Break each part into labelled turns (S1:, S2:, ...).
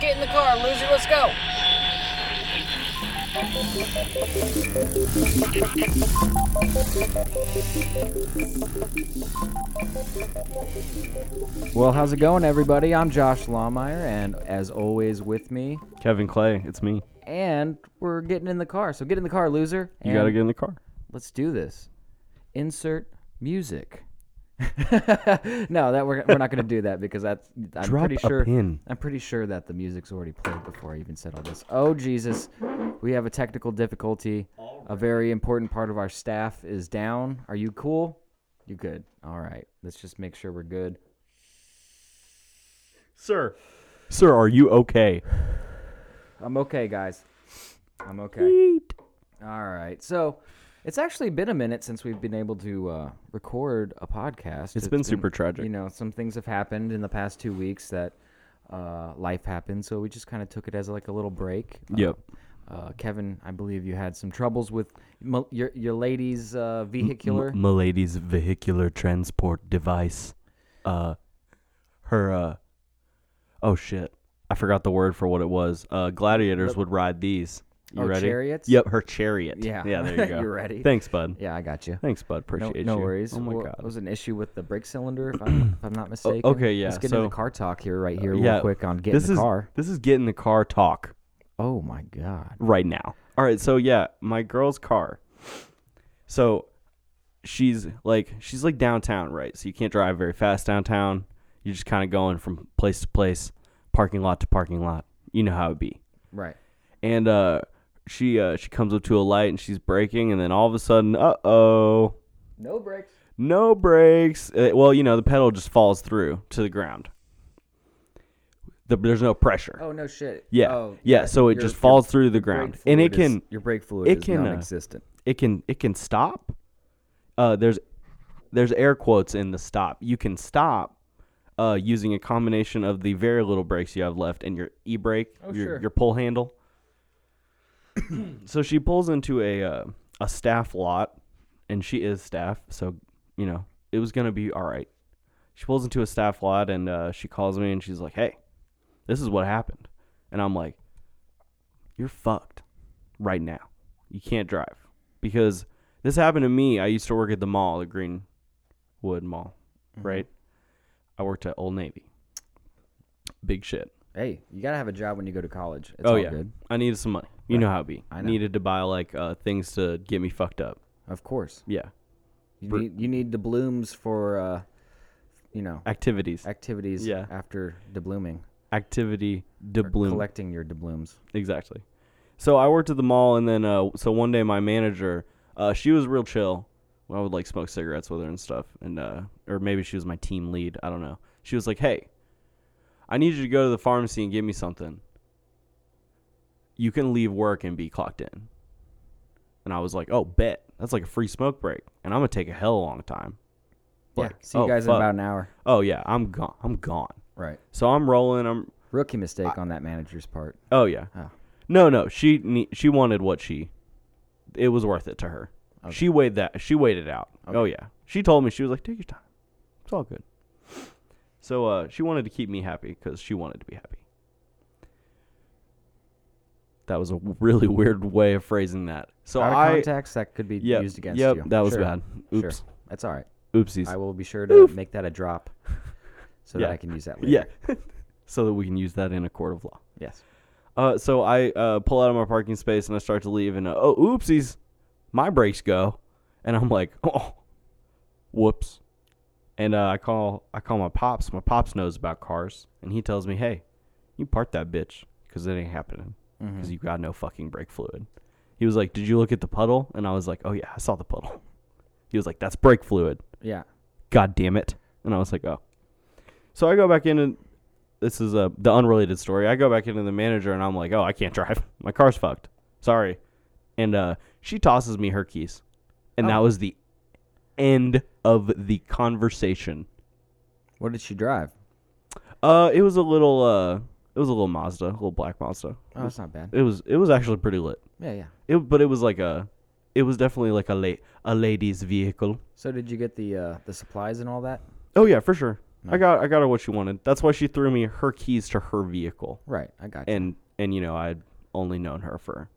S1: get in the car, loser. Let's go.
S2: Well, how's it going, everybody? I'm Josh Lawmeyer, and as always, with me.
S3: Kevin Clay, it's me.
S2: And we're getting in the car. So get in the car, loser.
S3: You
S2: and
S3: gotta get in the car.
S2: Let's do this. Insert music. no, that we're, we're not gonna do that because that's I'm
S3: Drop
S2: pretty
S3: a
S2: sure
S3: pin.
S2: I'm pretty sure that the music's already played before I even said all this. Oh Jesus, we have a technical difficulty. A very important part of our staff is down. Are you cool? You good? All right. Let's just make sure we're good.
S3: Sir. Sir, are you okay?
S2: I'm okay, guys. I'm okay. All right. So it's actually been a minute since we've been able to uh, record a podcast.
S3: It's been super tragic.
S2: You know, some things have happened in the past two weeks that uh, life happened. So we just kind of took it as like a little break. Uh,
S3: Yep.
S2: Uh, Kevin, I believe you had some troubles with mo- your your lady's uh, vehicular.
S3: Milady's vehicular transport device. Uh her uh oh shit. I forgot the word for what it was. Uh gladiators would ride these. You
S2: Oh,
S3: ready?
S2: chariots?
S3: Yep, her chariot.
S2: Yeah.
S3: Yeah, there you go.
S2: You ready?
S3: Thanks, bud.
S2: yeah, I got you.
S3: Thanks, bud.
S2: No,
S3: Appreciate
S2: no
S3: you.
S2: worries.
S3: Oh my
S2: Well,
S3: god.
S2: It was an issue with the brake cylinder, if I'm, if I'm not mistaken.
S3: okay, yeah,
S2: Let's get
S3: so- Uh,
S2: into car talk here, right here,
S3: yeah,
S2: real quick on getting
S3: this
S2: the
S3: is
S2: car.
S3: this is get in the car talk.
S2: Oh my god.
S3: right now. All right, so yeah, my girl's car. So she's like she's like downtown, right? So you can't drive very fast downtown. You're just kind of going from place to place, parking lot to parking lot. You know how it be.
S2: Right.
S3: And uh she uh she comes up to a light and she's braking and then all of a sudden, uh-oh,
S2: No brakes.
S3: no brakes. Uh, well, you know, the pedal just falls through to the ground. The, there's no pressure.
S2: Oh no shit.
S3: Yeah.
S2: Oh,
S3: yeah, so it
S2: your-
S3: just
S2: your
S3: falls through the ground.
S2: brake
S3: And it
S2: fluid is-
S3: can
S2: your brake fluid
S3: it
S2: is
S3: can, uh,
S2: non-existent.
S3: it can it can stop. Uh, there's there's air quotes in the stop. You can stop uh, using a combination of the very little brakes you have left and your e brake, your,
S2: sure.
S3: your pull handle. so she pulls into a uh, a staff lot, and she is staff, so you know it was gonna be all right. She pulls into a staff lot, and uh, she calls me, and she's like, "Hey, this is what happened," and I'm like, "You're fucked." right now. You can't drive because this happened to me. I used to work at the mall, the Greenwood Mall,
S2: Mm-hmm.
S3: right? I worked at Old Navy. Big shit.
S2: hey, you gotta have a job when you go to college. It's
S3: oh
S2: all
S3: yeah,
S2: good.
S3: I needed some money. You know how it be.
S2: I
S3: I
S2: know.
S3: needed to buy like uh, things to get me fucked up.
S2: Of course.
S3: Yeah,
S2: You
S3: Br-
S2: need you need the blooms for uh, you know
S3: activities,
S2: activities
S3: Yeah.
S2: after deblooming,
S3: activity, doubloon.
S2: collecting your deblooms.
S3: Exactly. So I worked at the mall, and then uh, so one day my manager, uh, she was real chill. I would like smoke cigarettes with her and stuff, and uh, or maybe she was my team lead. I don't know. She was like, "Hey, I need you to go to the pharmacy and get me something. You can leave work and be clocked in." And I was like, "Oh, bet that's like a free smoke break, and I'm gonna take a hell of a long time."
S2: yeah.
S3: Like,
S2: See you
S3: oh,
S2: guys in
S3: fuck.
S2: about an hour.
S3: Oh yeah, I'm gone. I'm gone.
S2: Right.
S3: So I'm rolling. I'm
S2: Rookie mistake on that manager's part.
S3: Oh yeah.
S2: Oh.
S3: No, no. She ne- she wanted what she. It was worth it to her. She weighed that. She weighed it out. Oh yeah. She told me she was like, "Take your time. It's all good." So uh, she wanted to keep me happy because she wanted to be happy. That was a really weird way of phrasing that. So
S2: Out of
S3: I
S2: context, that could be
S3: yep,
S2: used against
S3: yep,
S2: you.
S3: that was
S2: Sure.
S3: bad.
S2: Sure.
S3: Oops.
S2: That's all right.
S3: Oopsies.
S2: I will be sure to make that a drop, so
S3: Yeah.
S2: that I can use that later.
S3: yeah. so that we can use that in a court of law.
S2: Yes.
S3: Uh, so I uh, pull out of my parking space and I start to leave, and uh, oh, oopsies, my brakes go, and I'm like, oh, whoops, and uh, I call I call my pops. My pops knows about cars, and he tells me, hey, you park that bitch because it ain't happening
S2: Mm.
S3: because you got no fucking brake fluid. He was like, did you look at the puddle? And I was like, oh yeah, I saw the puddle. He was like, that's brake fluid.
S2: Yeah.
S3: God damn it. And I was like, oh. So I go back in and this is a the unrelated story. I go back into the manager and I'm like, oh, I can't drive. My car's fucked. Sorry. And uh, she tosses me her keys. And that was the end of the conversation.
S2: What did she drive?
S3: Uh, it was a little uh, it was a little Mazda, a little black Mazda.
S2: Oh, that's not bad.
S3: It was it was actually pretty lit.
S2: Yeah, yeah.
S3: It but it was like a, it was definitely like a la- a lady's vehicle.
S2: So did you get the uh, the supplies and all that?
S3: Oh yeah, for sure. I got I got her what she wanted. That's why she threw me her keys to her vehicle.
S2: Right. I got you.
S3: And and you know, I'd only known her for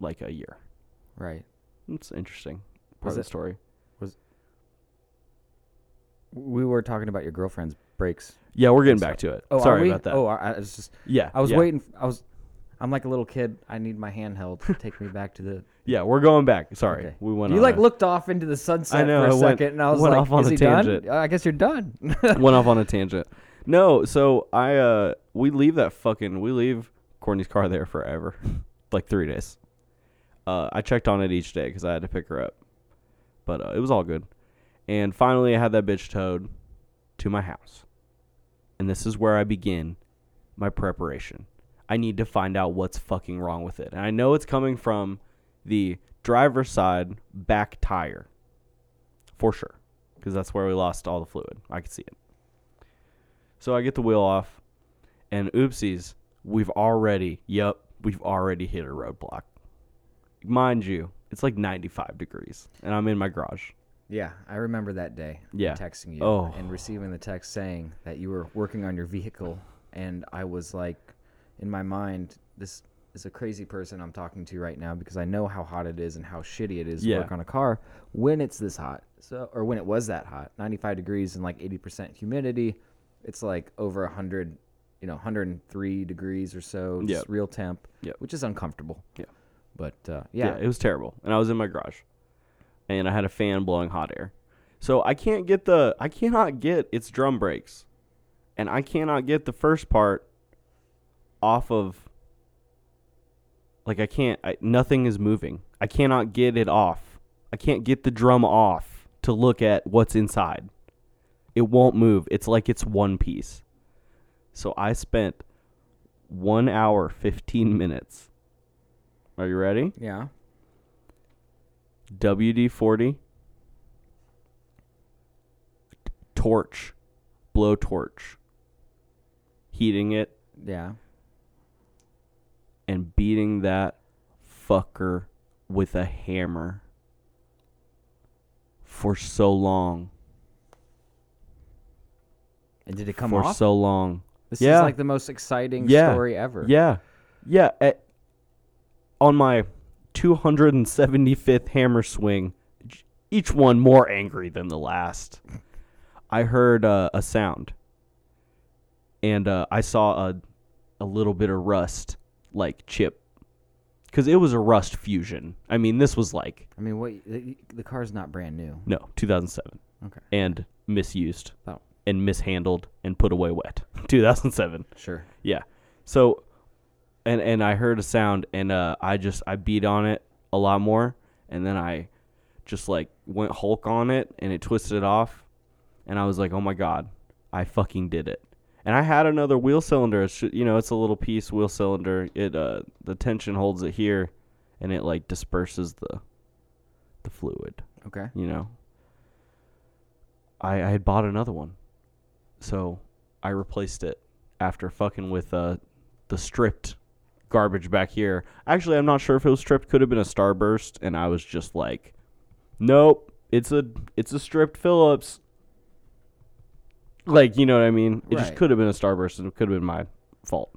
S3: like a year.
S2: Right.
S3: It's interesting part
S2: Was
S3: of the
S2: it-
S3: story.
S2: We were talking about your girlfriend's breaks.
S3: Yeah, we're getting back to it.
S2: Oh, are
S3: Sorry
S2: we?
S3: about that.
S2: Oh, I, I was just.
S3: yeah.
S2: I was
S3: yeah.
S2: waiting. I was. I'm like a little kid. I need my handheld. Take me back to the.
S3: Yeah, we're going back. Sorry.
S2: okay.
S3: We went
S2: You
S3: on
S2: like
S3: a,
S2: looked off into the sunset
S3: know,
S2: for
S3: I
S2: a
S3: went-
S2: second, and I was
S3: went
S2: like,
S3: off on
S2: "Is
S3: a
S2: he
S3: tangent.
S2: done? I guess you're done."
S3: went off on a tangent. No, so I uh we leave that fucking we leave Courtney's car there forever, like three days. Uh, I checked on it each day because I had to pick her up, but uh, it was all good. And finally, I had that bitch towed to my house, and this is where I begin my preparation. I need to find out what's fucking wrong with it, and I know it's coming from the driver's side back tire, for sure, because that's where we lost all the fluid. I could see it. So I get the wheel off, and oopsies, we've already, yep, we've already hit a roadblock. Mind you, it's like 95 degrees, and I'm in my garage.
S2: yeah, I remember that day.
S3: Yeah.
S2: Texting you
S3: Oh.
S2: and receiving the text saying that you were working on your vehicle, and I was like, in my mind, this is a crazy person I'm talking to right now because I know how hot it is and how shitty it is
S3: Yeah.
S2: to work on a car when it's this hot. So, or when it was that hot, 95 degrees and like 80% humidity. It's like over 100, you know, 103 degrees or so, just
S3: Yep.
S2: real temp,
S3: Yep.
S2: which is uncomfortable.
S3: Yeah.
S2: But uh, yeah,
S3: it was terrible, and I was in my garage, and I had a fan blowing hot air. So I can't get the, I cannot get its drum brakes, and I cannot get the first part off of. Like I can't, I, nothing is moving. I cannot get it off. I can't get the drum off to look at what's inside. It won't move. It's like it's one piece. So I spent one hour fifteen minutes. Are you ready?
S2: yeah.
S3: WD 40, torch, blowtorch, heating it
S2: Yeah.
S3: and beating that fucker with a hammer for so long.
S2: And did it come
S3: for
S2: off?
S3: so long.
S2: this
S3: yeah.
S2: is like the most exciting
S3: Yeah.
S2: story ever.
S3: Yeah. Yeah. eh, on my 275th hammer swing, j- each one more angry than the last, I heard uh, a sound. And uh, I saw a, a little bit of rust, like chip. Because it was a rust fusion. I mean, this was like,
S2: I mean, what the, the car's not brand new.
S3: no, 2007.
S2: Okay.
S3: And misused
S2: Oh,
S3: and mishandled and put away wet. 2007.
S2: sure.
S3: Yeah. So, and and I heard a sound, and uh, I just I beat on it a lot more, and then I just like went Hulk on it, and it twisted it off, and I was like, oh my god, I fucking did it. And I had another wheel cylinder. It's ju- you know, it's a little piece wheel cylinder. It uh, the tension holds it here, and it like disperses the, the fluid
S2: Okay.
S3: you know. I I had bought another one, so I replaced it after fucking with uh the stripped garbage back here. Actually, I'm not sure if it was stripped. Could have been a starburst, and I was just like, nope, it's a it's a stripped Phillips. Like you know what I mean? It just
S2: Right.
S3: could have been a starburst, and it could have been my fault.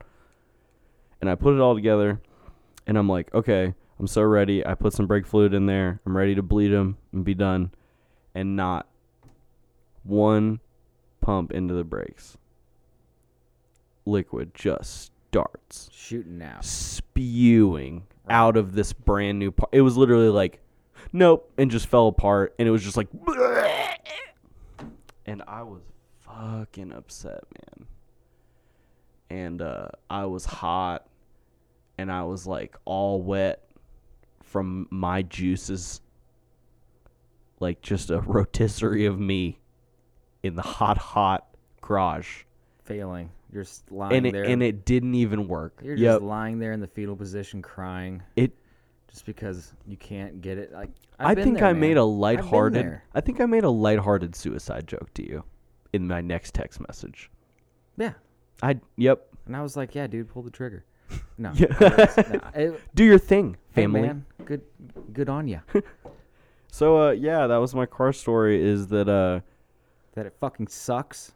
S3: And I put it all together, and I'm like, okay, I'm so ready. I put some brake fluid in there. I'm ready to bleed him and be done. And not one pump into the brakes. Liquid just starts
S2: Shooting now.
S3: spewing out of this brand new part. It was literally like, nope, and just fell apart. And it was just like, and I was fucking upset, man. And uh, I was hot, and I was like all wet from my juices, like just a rotisserie of me in the hot, hot garage.
S2: Failing. You're just lying
S3: And it,
S2: there.
S3: and it didn't even work.
S2: You're
S3: Yep.
S2: just lying there in the fetal position, crying,
S3: it
S2: just because you can't get it. Like I've
S3: I
S2: been
S3: think
S2: there,
S3: I made a
S2: man. I've been
S3: lighthearted.
S2: there.
S3: I think I made a lighthearted suicide joke to you in my next text message.
S2: Yeah.
S3: I yep.
S2: And I was like, "Yeah, dude, pull the trigger." No.
S3: Yeah.
S2: it was- no, it-
S3: Do your thing,
S2: hey,
S3: family.
S2: man, good, good on ya.
S3: so uh yeah, that was my car story is that uh
S2: that it fucking sucks.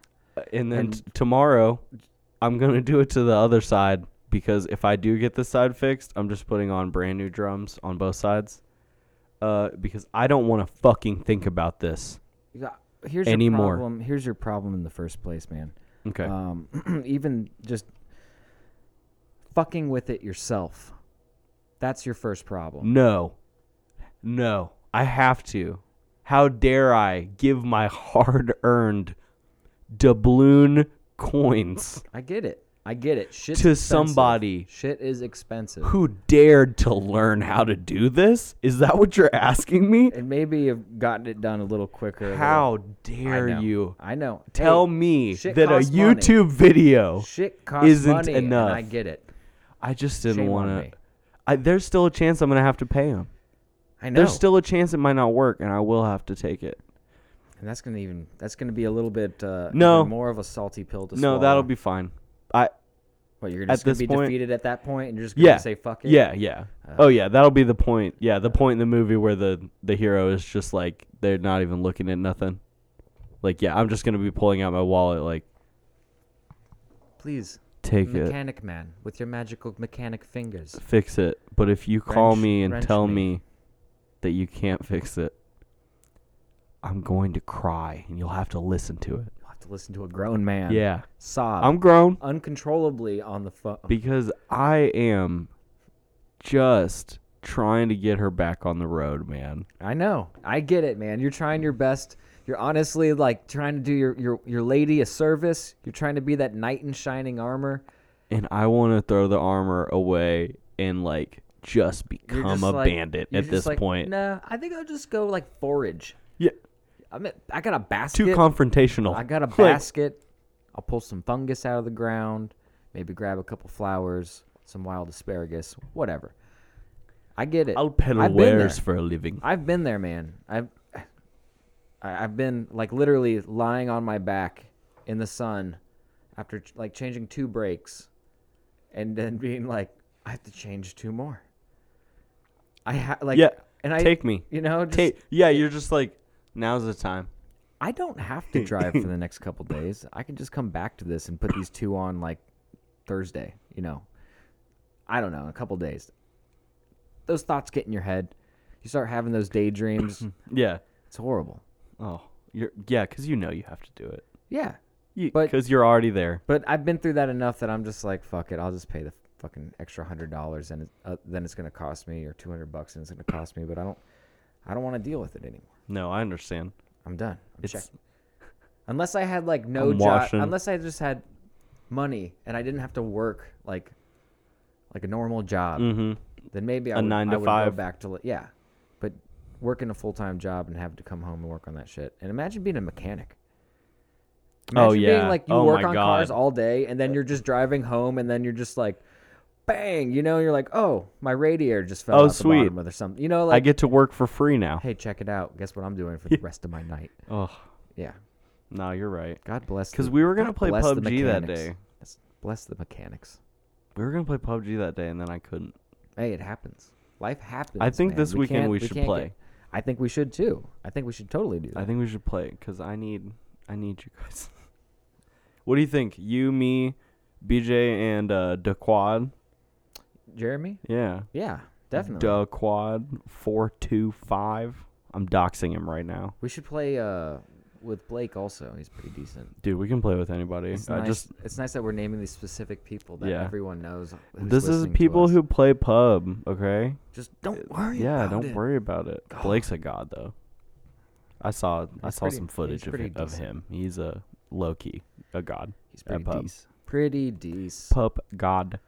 S3: and then
S2: And-
S3: t- tomorrow, I'm gonna do it to the other side because if I do get this side fixed, I'm just putting on brand new drums on both sides. Uh, because I don't want to fucking think about this.
S2: You got- Here's
S3: Anymore.
S2: your problem. Here's your problem in the first place, man.
S3: Okay.
S2: Um, even just fucking with it yourself. That's your first problem.
S3: No. No. I have to. How dare I give my hard earned doubloon coins
S2: I get it. I get it. Shit's
S3: To
S2: expensive.
S3: somebody.
S2: Shit is expensive.
S3: who dared to learn how to do this? Is that what you're asking me?
S2: and maybe you've gotten it done a little quicker. a little-
S3: How
S2: I
S3: dare
S2: know.
S3: you
S2: I know.
S3: tell
S2: Hey,
S3: me
S2: shit
S3: that a
S2: costs money.
S3: YouTube video
S2: shit costs
S3: isn't
S2: money,
S3: enough.
S2: And I get it.
S3: I just
S2: Shame
S3: didn't
S2: on
S3: want
S2: me.
S3: to I there's still a chance I'm going to have to pay him.
S2: I know.
S3: There's still a chance it might not work and I will have to take it.
S2: and that's gonna even that's gonna be a little bit uh,
S3: No.
S2: even more of a salty pill to
S3: No,
S2: swallow.
S3: that'll be fine. I
S2: What you're
S3: at
S2: just gonna
S3: this
S2: be
S3: point-
S2: defeated at that point, and you're just gonna
S3: yeah.
S2: say fuck it. Uh,
S3: Yeah, yeah. oh yeah, that'll be the point. Yeah, the point in the movie where the the hero is just like they're not even looking at nothing. Like yeah, I'm just gonna be pulling out my wallet. Like
S2: Please,
S3: take it,
S2: mechanic man, with your magical mechanic fingers.
S3: fix it. But if you call
S2: Wrench-
S3: me and
S2: wrench
S3: tell
S2: me.
S3: me that you can't fix it, I'm going to cry, and you'll have to listen to it.
S2: You'll have to listen to a grown man.
S3: Yeah,
S2: Sob
S3: I'm grown
S2: uncontrollably on the phone.
S3: because I am just trying to get her back on the road, man.
S2: I know. I get it, man. You're trying your best. You're honestly like trying to do your, your, your lady a service. You're trying to be that knight in shining armor.
S3: and I want to throw the armor away and like just
S2: You're
S3: become
S2: just
S3: a
S2: like-
S3: bandit
S2: you're
S3: at
S2: just
S3: this
S2: like,
S3: point.
S2: No, I think I'll just go like forage.
S3: Yeah,
S2: I mean, I got a basket.
S3: too confrontational.
S2: I got a
S3: Like,
S2: basket. I'll pull some fungus out of the ground. Maybe grab a couple flowers, some wild asparagus, whatever. I get it.
S3: I'll peddle
S2: I've been
S3: wares
S2: there.
S3: for a living.
S2: I've been there, man. I've I- I've been like literally lying on my back in the sun after ch- like changing two brakes, and then being like, I have to change two more. I ha- like
S3: yeah,
S2: and I
S3: take me.
S2: you know just,
S3: Take yeah. You're just like now's the time.
S2: I don't have to drive for the next couple days. I can just come back to this and put these two on like Thursday, you know. I don't know, a couple days. Those thoughts get in your head. You start having those daydreams.
S3: Yeah.
S2: it's horrible.
S3: Oh, you're yeah, because you know you have to do it.
S2: Yeah.
S3: You,
S2: But-
S3: because you're already there.
S2: But I've been through that enough that I'm just like, fuck it. I'll just pay the fucking extra hundred dollars, and it, uh, then it's gonna cost me, or two hundred bucks, and it's gonna cost me. But I don't, I don't want to deal with it anymore.
S3: No, I understand.
S2: I'm done. I'm
S3: It's
S2: checking. Unless I had like no
S3: I'm
S2: job,
S3: washing.
S2: unless I just had money and I didn't have to work like, like a normal job,
S3: mm-hmm.
S2: then maybe I
S3: A
S2: would,
S3: nine
S2: I
S3: to
S2: would go
S3: five.
S2: back to li- yeah. But working a full time job and having to come home and work on that shit, and imagine being a mechanic.
S3: Oh,
S2: Imagine
S3: yeah.
S2: being like you
S3: Oh,
S2: work
S3: my
S2: on cars
S3: God.
S2: all day, and then you're just driving home, and then you're just like, bang, you know, you're like, oh, my radiator just fell
S3: Oh,
S2: out
S3: sweet.
S2: the bottom of or something, you know,
S3: I
S2: like,
S3: get to work for free now.
S2: hey, check it out. Guess what I'm doing for the rest of my night?
S3: Oh,
S2: Yeah,
S3: no, you're right.
S2: God bless.
S3: Because
S2: the-
S3: we were gonna
S2: God
S3: play
S2: bless the
S3: PUBG that
S2: mechanics.
S3: day.
S2: Yes, Bless the mechanics.
S3: We were gonna play PUBG that day, and then I couldn't.
S2: Hey, it happens. Life happens.
S3: I think
S2: man.
S3: this weekend
S2: can't-
S3: we should
S2: can't
S3: play.
S2: get- I think we should too. I think we should totally do that.
S3: I think we should play because I need I need you guys. what do you think? You, me, BJ, and uh, DaQuad.
S2: Jeremy?
S3: Yeah,
S2: Yeah, definitely.
S3: DaQuad four two five. I'm doxing him right now,
S2: We should play uh, with Blake also. He's pretty decent.
S3: dude. We can play with anybody.
S2: It's,
S3: I
S2: nice.
S3: just
S2: it's nice that we're naming these specific people that
S3: Yeah.
S2: everyone knows. who's
S3: this is
S2: listening to
S3: people
S2: us.
S3: who play pub. Okay.
S2: just don't worry.
S3: yeah,
S2: about
S3: don't
S2: it.
S3: worry about it. Blake's a god though. I saw I
S2: He's
S3: saw
S2: pretty-
S3: some
S2: he's
S3: footage of,
S2: pretty
S3: hi- of
S2: decent.
S3: him. He's a low key a god.
S2: He's
S3: at
S2: pretty
S3: pub.
S2: decent. Pretty decent.
S3: pup god.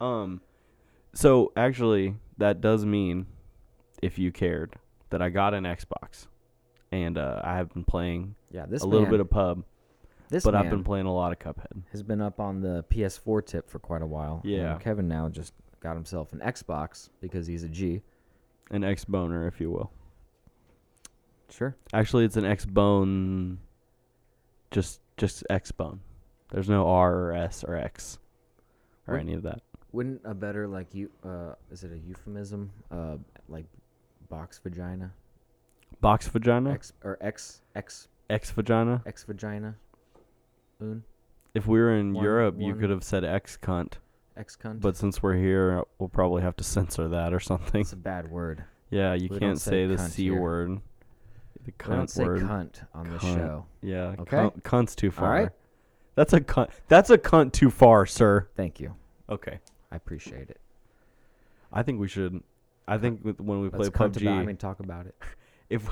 S3: Um, so actually, that does mean, if you cared, that I got an Xbox, and uh, I have been playing
S2: Yeah, this
S3: a little
S2: man,
S3: bit of pub,
S2: this
S3: but
S2: man
S3: I've been playing a lot of Cuphead.
S2: has been up on the PS4 tip for quite a while. and
S3: Yeah.
S2: Kevin now just got himself an Xbox because he's a G.
S3: An X boner, if you will.
S2: Sure.
S3: Actually, it's an X bone. Just just X bone. There's no R or S or X, or
S2: What-
S3: any of that.
S2: Wouldn't a better like you uh is it a euphemism? Uh like box vagina?
S3: Box vagina,
S2: X or X X
S3: X vagina.
S2: X vagina? Un
S3: If we were in
S2: One-
S3: Europe, you
S2: one-
S3: could have said ex cunt,
S2: ex cunt.
S3: but since we're here, we'll probably have to censor that or something.
S2: it's a bad word.
S3: Yeah, you
S2: We don't
S3: can't
S2: say
S3: say, the
S2: cunt
S3: c
S2: here.
S3: word, the
S2: We don't
S3: cunt
S2: say
S3: word.
S2: cunt on this
S3: Cunt.
S2: show.
S3: Yeah,
S2: Okay.
S3: cunt, cunt's too far.
S2: right.
S3: That's a cunt. That's a cunt too far, sir.
S2: Thank you.
S3: Okay.
S2: I appreciate it.
S3: I think we should. I think with, when we play
S2: Let's cunt
S3: PUBG,
S2: about- I mean, talk about it.
S3: if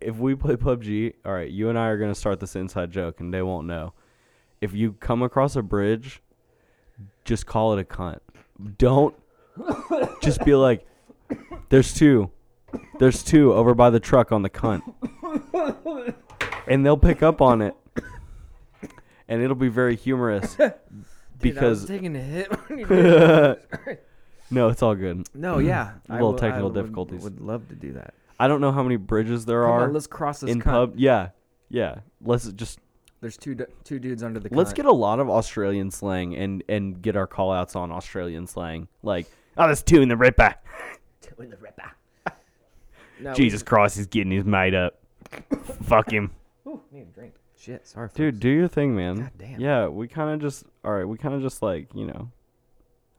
S3: if we play PUBG, all right, you and I are gonna start this inside joke, and they won't know. If you come across a bridge, just call it a cunt. Don't just be like, "There's two, there's two over by the truck on the cunt," and they'll pick up on it, and it'll be very humorous because
S2: taking a hit.
S3: no, it's all good.
S2: no, yeah.
S3: Little
S2: will-
S3: technical
S2: would-
S3: difficulties.
S2: Would love to do that.
S3: I don't know how many bridges there
S2: Come
S3: are
S2: on, let's cross this
S3: in
S2: cunt.
S3: pub. Yeah, yeah. Let's just
S2: There's two du- two dudes under the.
S3: Let's
S2: cunt.
S3: get a lot of Australian slang and and get our call outs on Australian slang. Like, oh, there's two in the ripper.
S2: When the ripper. No, we
S3: Jesus Christ, he's getting his mate up. Fuck him.
S2: Ooh, need a drink. Shit, sorry,
S3: Dude,
S2: folks.
S3: do your thing, man.
S2: God damn.
S3: Yeah, we kind of just, all right, we kind of just like, you know,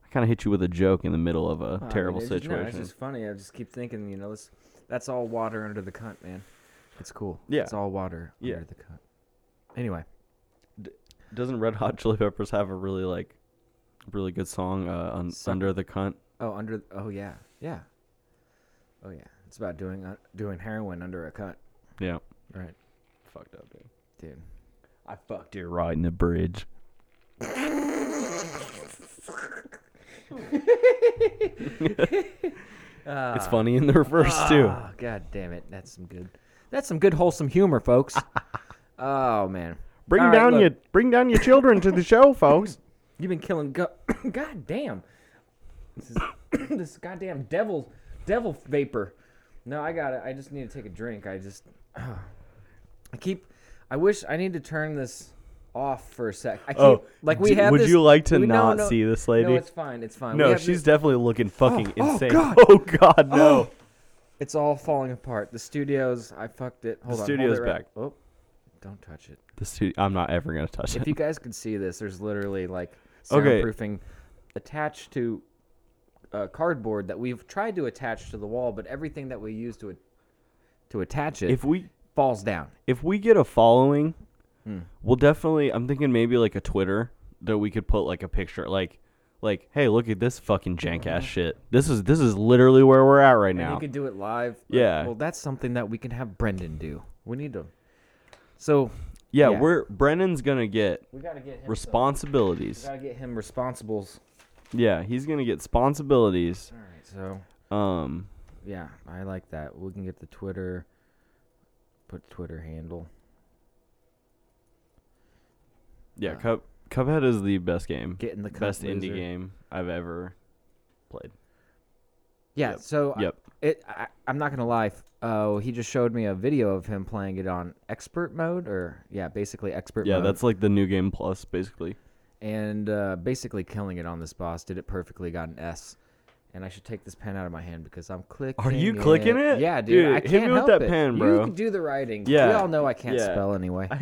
S3: I kind of hit you with a joke in the middle of a
S2: Well, I mean,
S3: terrible
S2: it's just- no,
S3: situation.
S2: it's just funny. I just keep thinking, you know, this, that's all water under the cunt, man. It's cool.
S3: Yeah.
S2: It's all water
S3: Yeah.
S2: under the cunt. Anyway,
S3: Doesn't Red Hot Chili Peppers have a really, like, really good song, uh, un-
S2: Suck-
S3: Under the Cunt?
S2: oh, under, oh, yeah. Yeah. Oh, yeah. It's about doing uh, doing heroin under a cunt.
S3: Yeah.
S2: Right.
S3: Fucked up, dude.
S2: Dude.
S3: I fucked your right in the bridge. it's funny in the reverse too.
S2: Ah, God damn it. That's some good, that's some good wholesome humor, folks. oh, man.
S3: Bring
S2: All right,
S3: down
S2: look.
S3: your bring down your children to the show, folks.
S2: You've been killing. Go- God damn. This is this goddamn devil devil vapor. No, I got it. I just need to take a drink. I just I keep. I wish I need to turn this off for a sec. I keep
S3: Oh,
S2: like we
S3: d-
S2: have.
S3: would
S2: this-
S3: you like to
S2: we- no,
S3: not
S2: no,
S3: see this
S2: No,
S3: lady?
S2: it's fine. It's fine. We
S3: No,
S2: have
S3: she's
S2: this-
S3: definitely looking fucking
S2: oh,
S3: insane.
S2: God.
S3: Oh God, no!
S2: it's all falling apart. The studios. I fucked it. Hold on. hold
S3: studio's
S2: it right-
S3: back.
S2: Oh, don't touch it.
S3: The studio, I'm not ever gonna touch
S2: If
S3: it.
S2: you guys could see this, there's literally like
S3: Okay.
S2: soundproofing attached to uh, cardboard that we've tried to attach to the wall, but everything that we use to to attach it
S3: If we
S2: falls down.
S3: if we get a following,
S2: Hmm.
S3: we'll definitely. I'm thinking maybe like a Twitter that we could put like a picture, like like hey, look at this fucking jank ass shit. This is this is literally where we're at right
S2: Mm-hmm. And
S3: now.
S2: you could do it live. but-
S3: Yeah.
S2: Well, that's something that we can have Brendan do. We need to. So
S3: yeah,
S2: yeah.
S3: we're Brennan's gonna get
S2: we gotta get him.
S3: responsibilities.
S2: gotta get him responsibles.
S3: Yeah, he's gonna get responsibilities.
S2: All right. So
S3: Um,
S2: yeah, I like that. We can get the Twitter. Put Twitter handle.
S3: yeah, Cup Cuphead is the best game,
S2: Get in the cunt
S3: best
S2: loser.
S3: indie game I've ever played.
S2: Yeah.
S3: Yep.
S2: So I-
S3: Yep.
S2: it I, I'm not gonna lie. f- Oh, he just showed me a video of him playing it on expert mode, or yeah, basically expert
S3: Yeah,
S2: mode.
S3: that's like the new game plus, basically.
S2: and uh, basically killing it on this boss. Did it perfectly. Got an S. And I should take this pen out of my hand because I'm clicking.
S3: you clicking it?
S2: Yeah, dude.
S3: Dude,
S2: I
S3: hit
S2: can't
S3: me with
S2: help
S3: that
S2: it.
S3: pen,
S2: You
S3: bro.
S2: can do the writing. We
S3: Yeah,
S2: all know I can't
S3: yeah.
S2: spell anyway.
S3: I,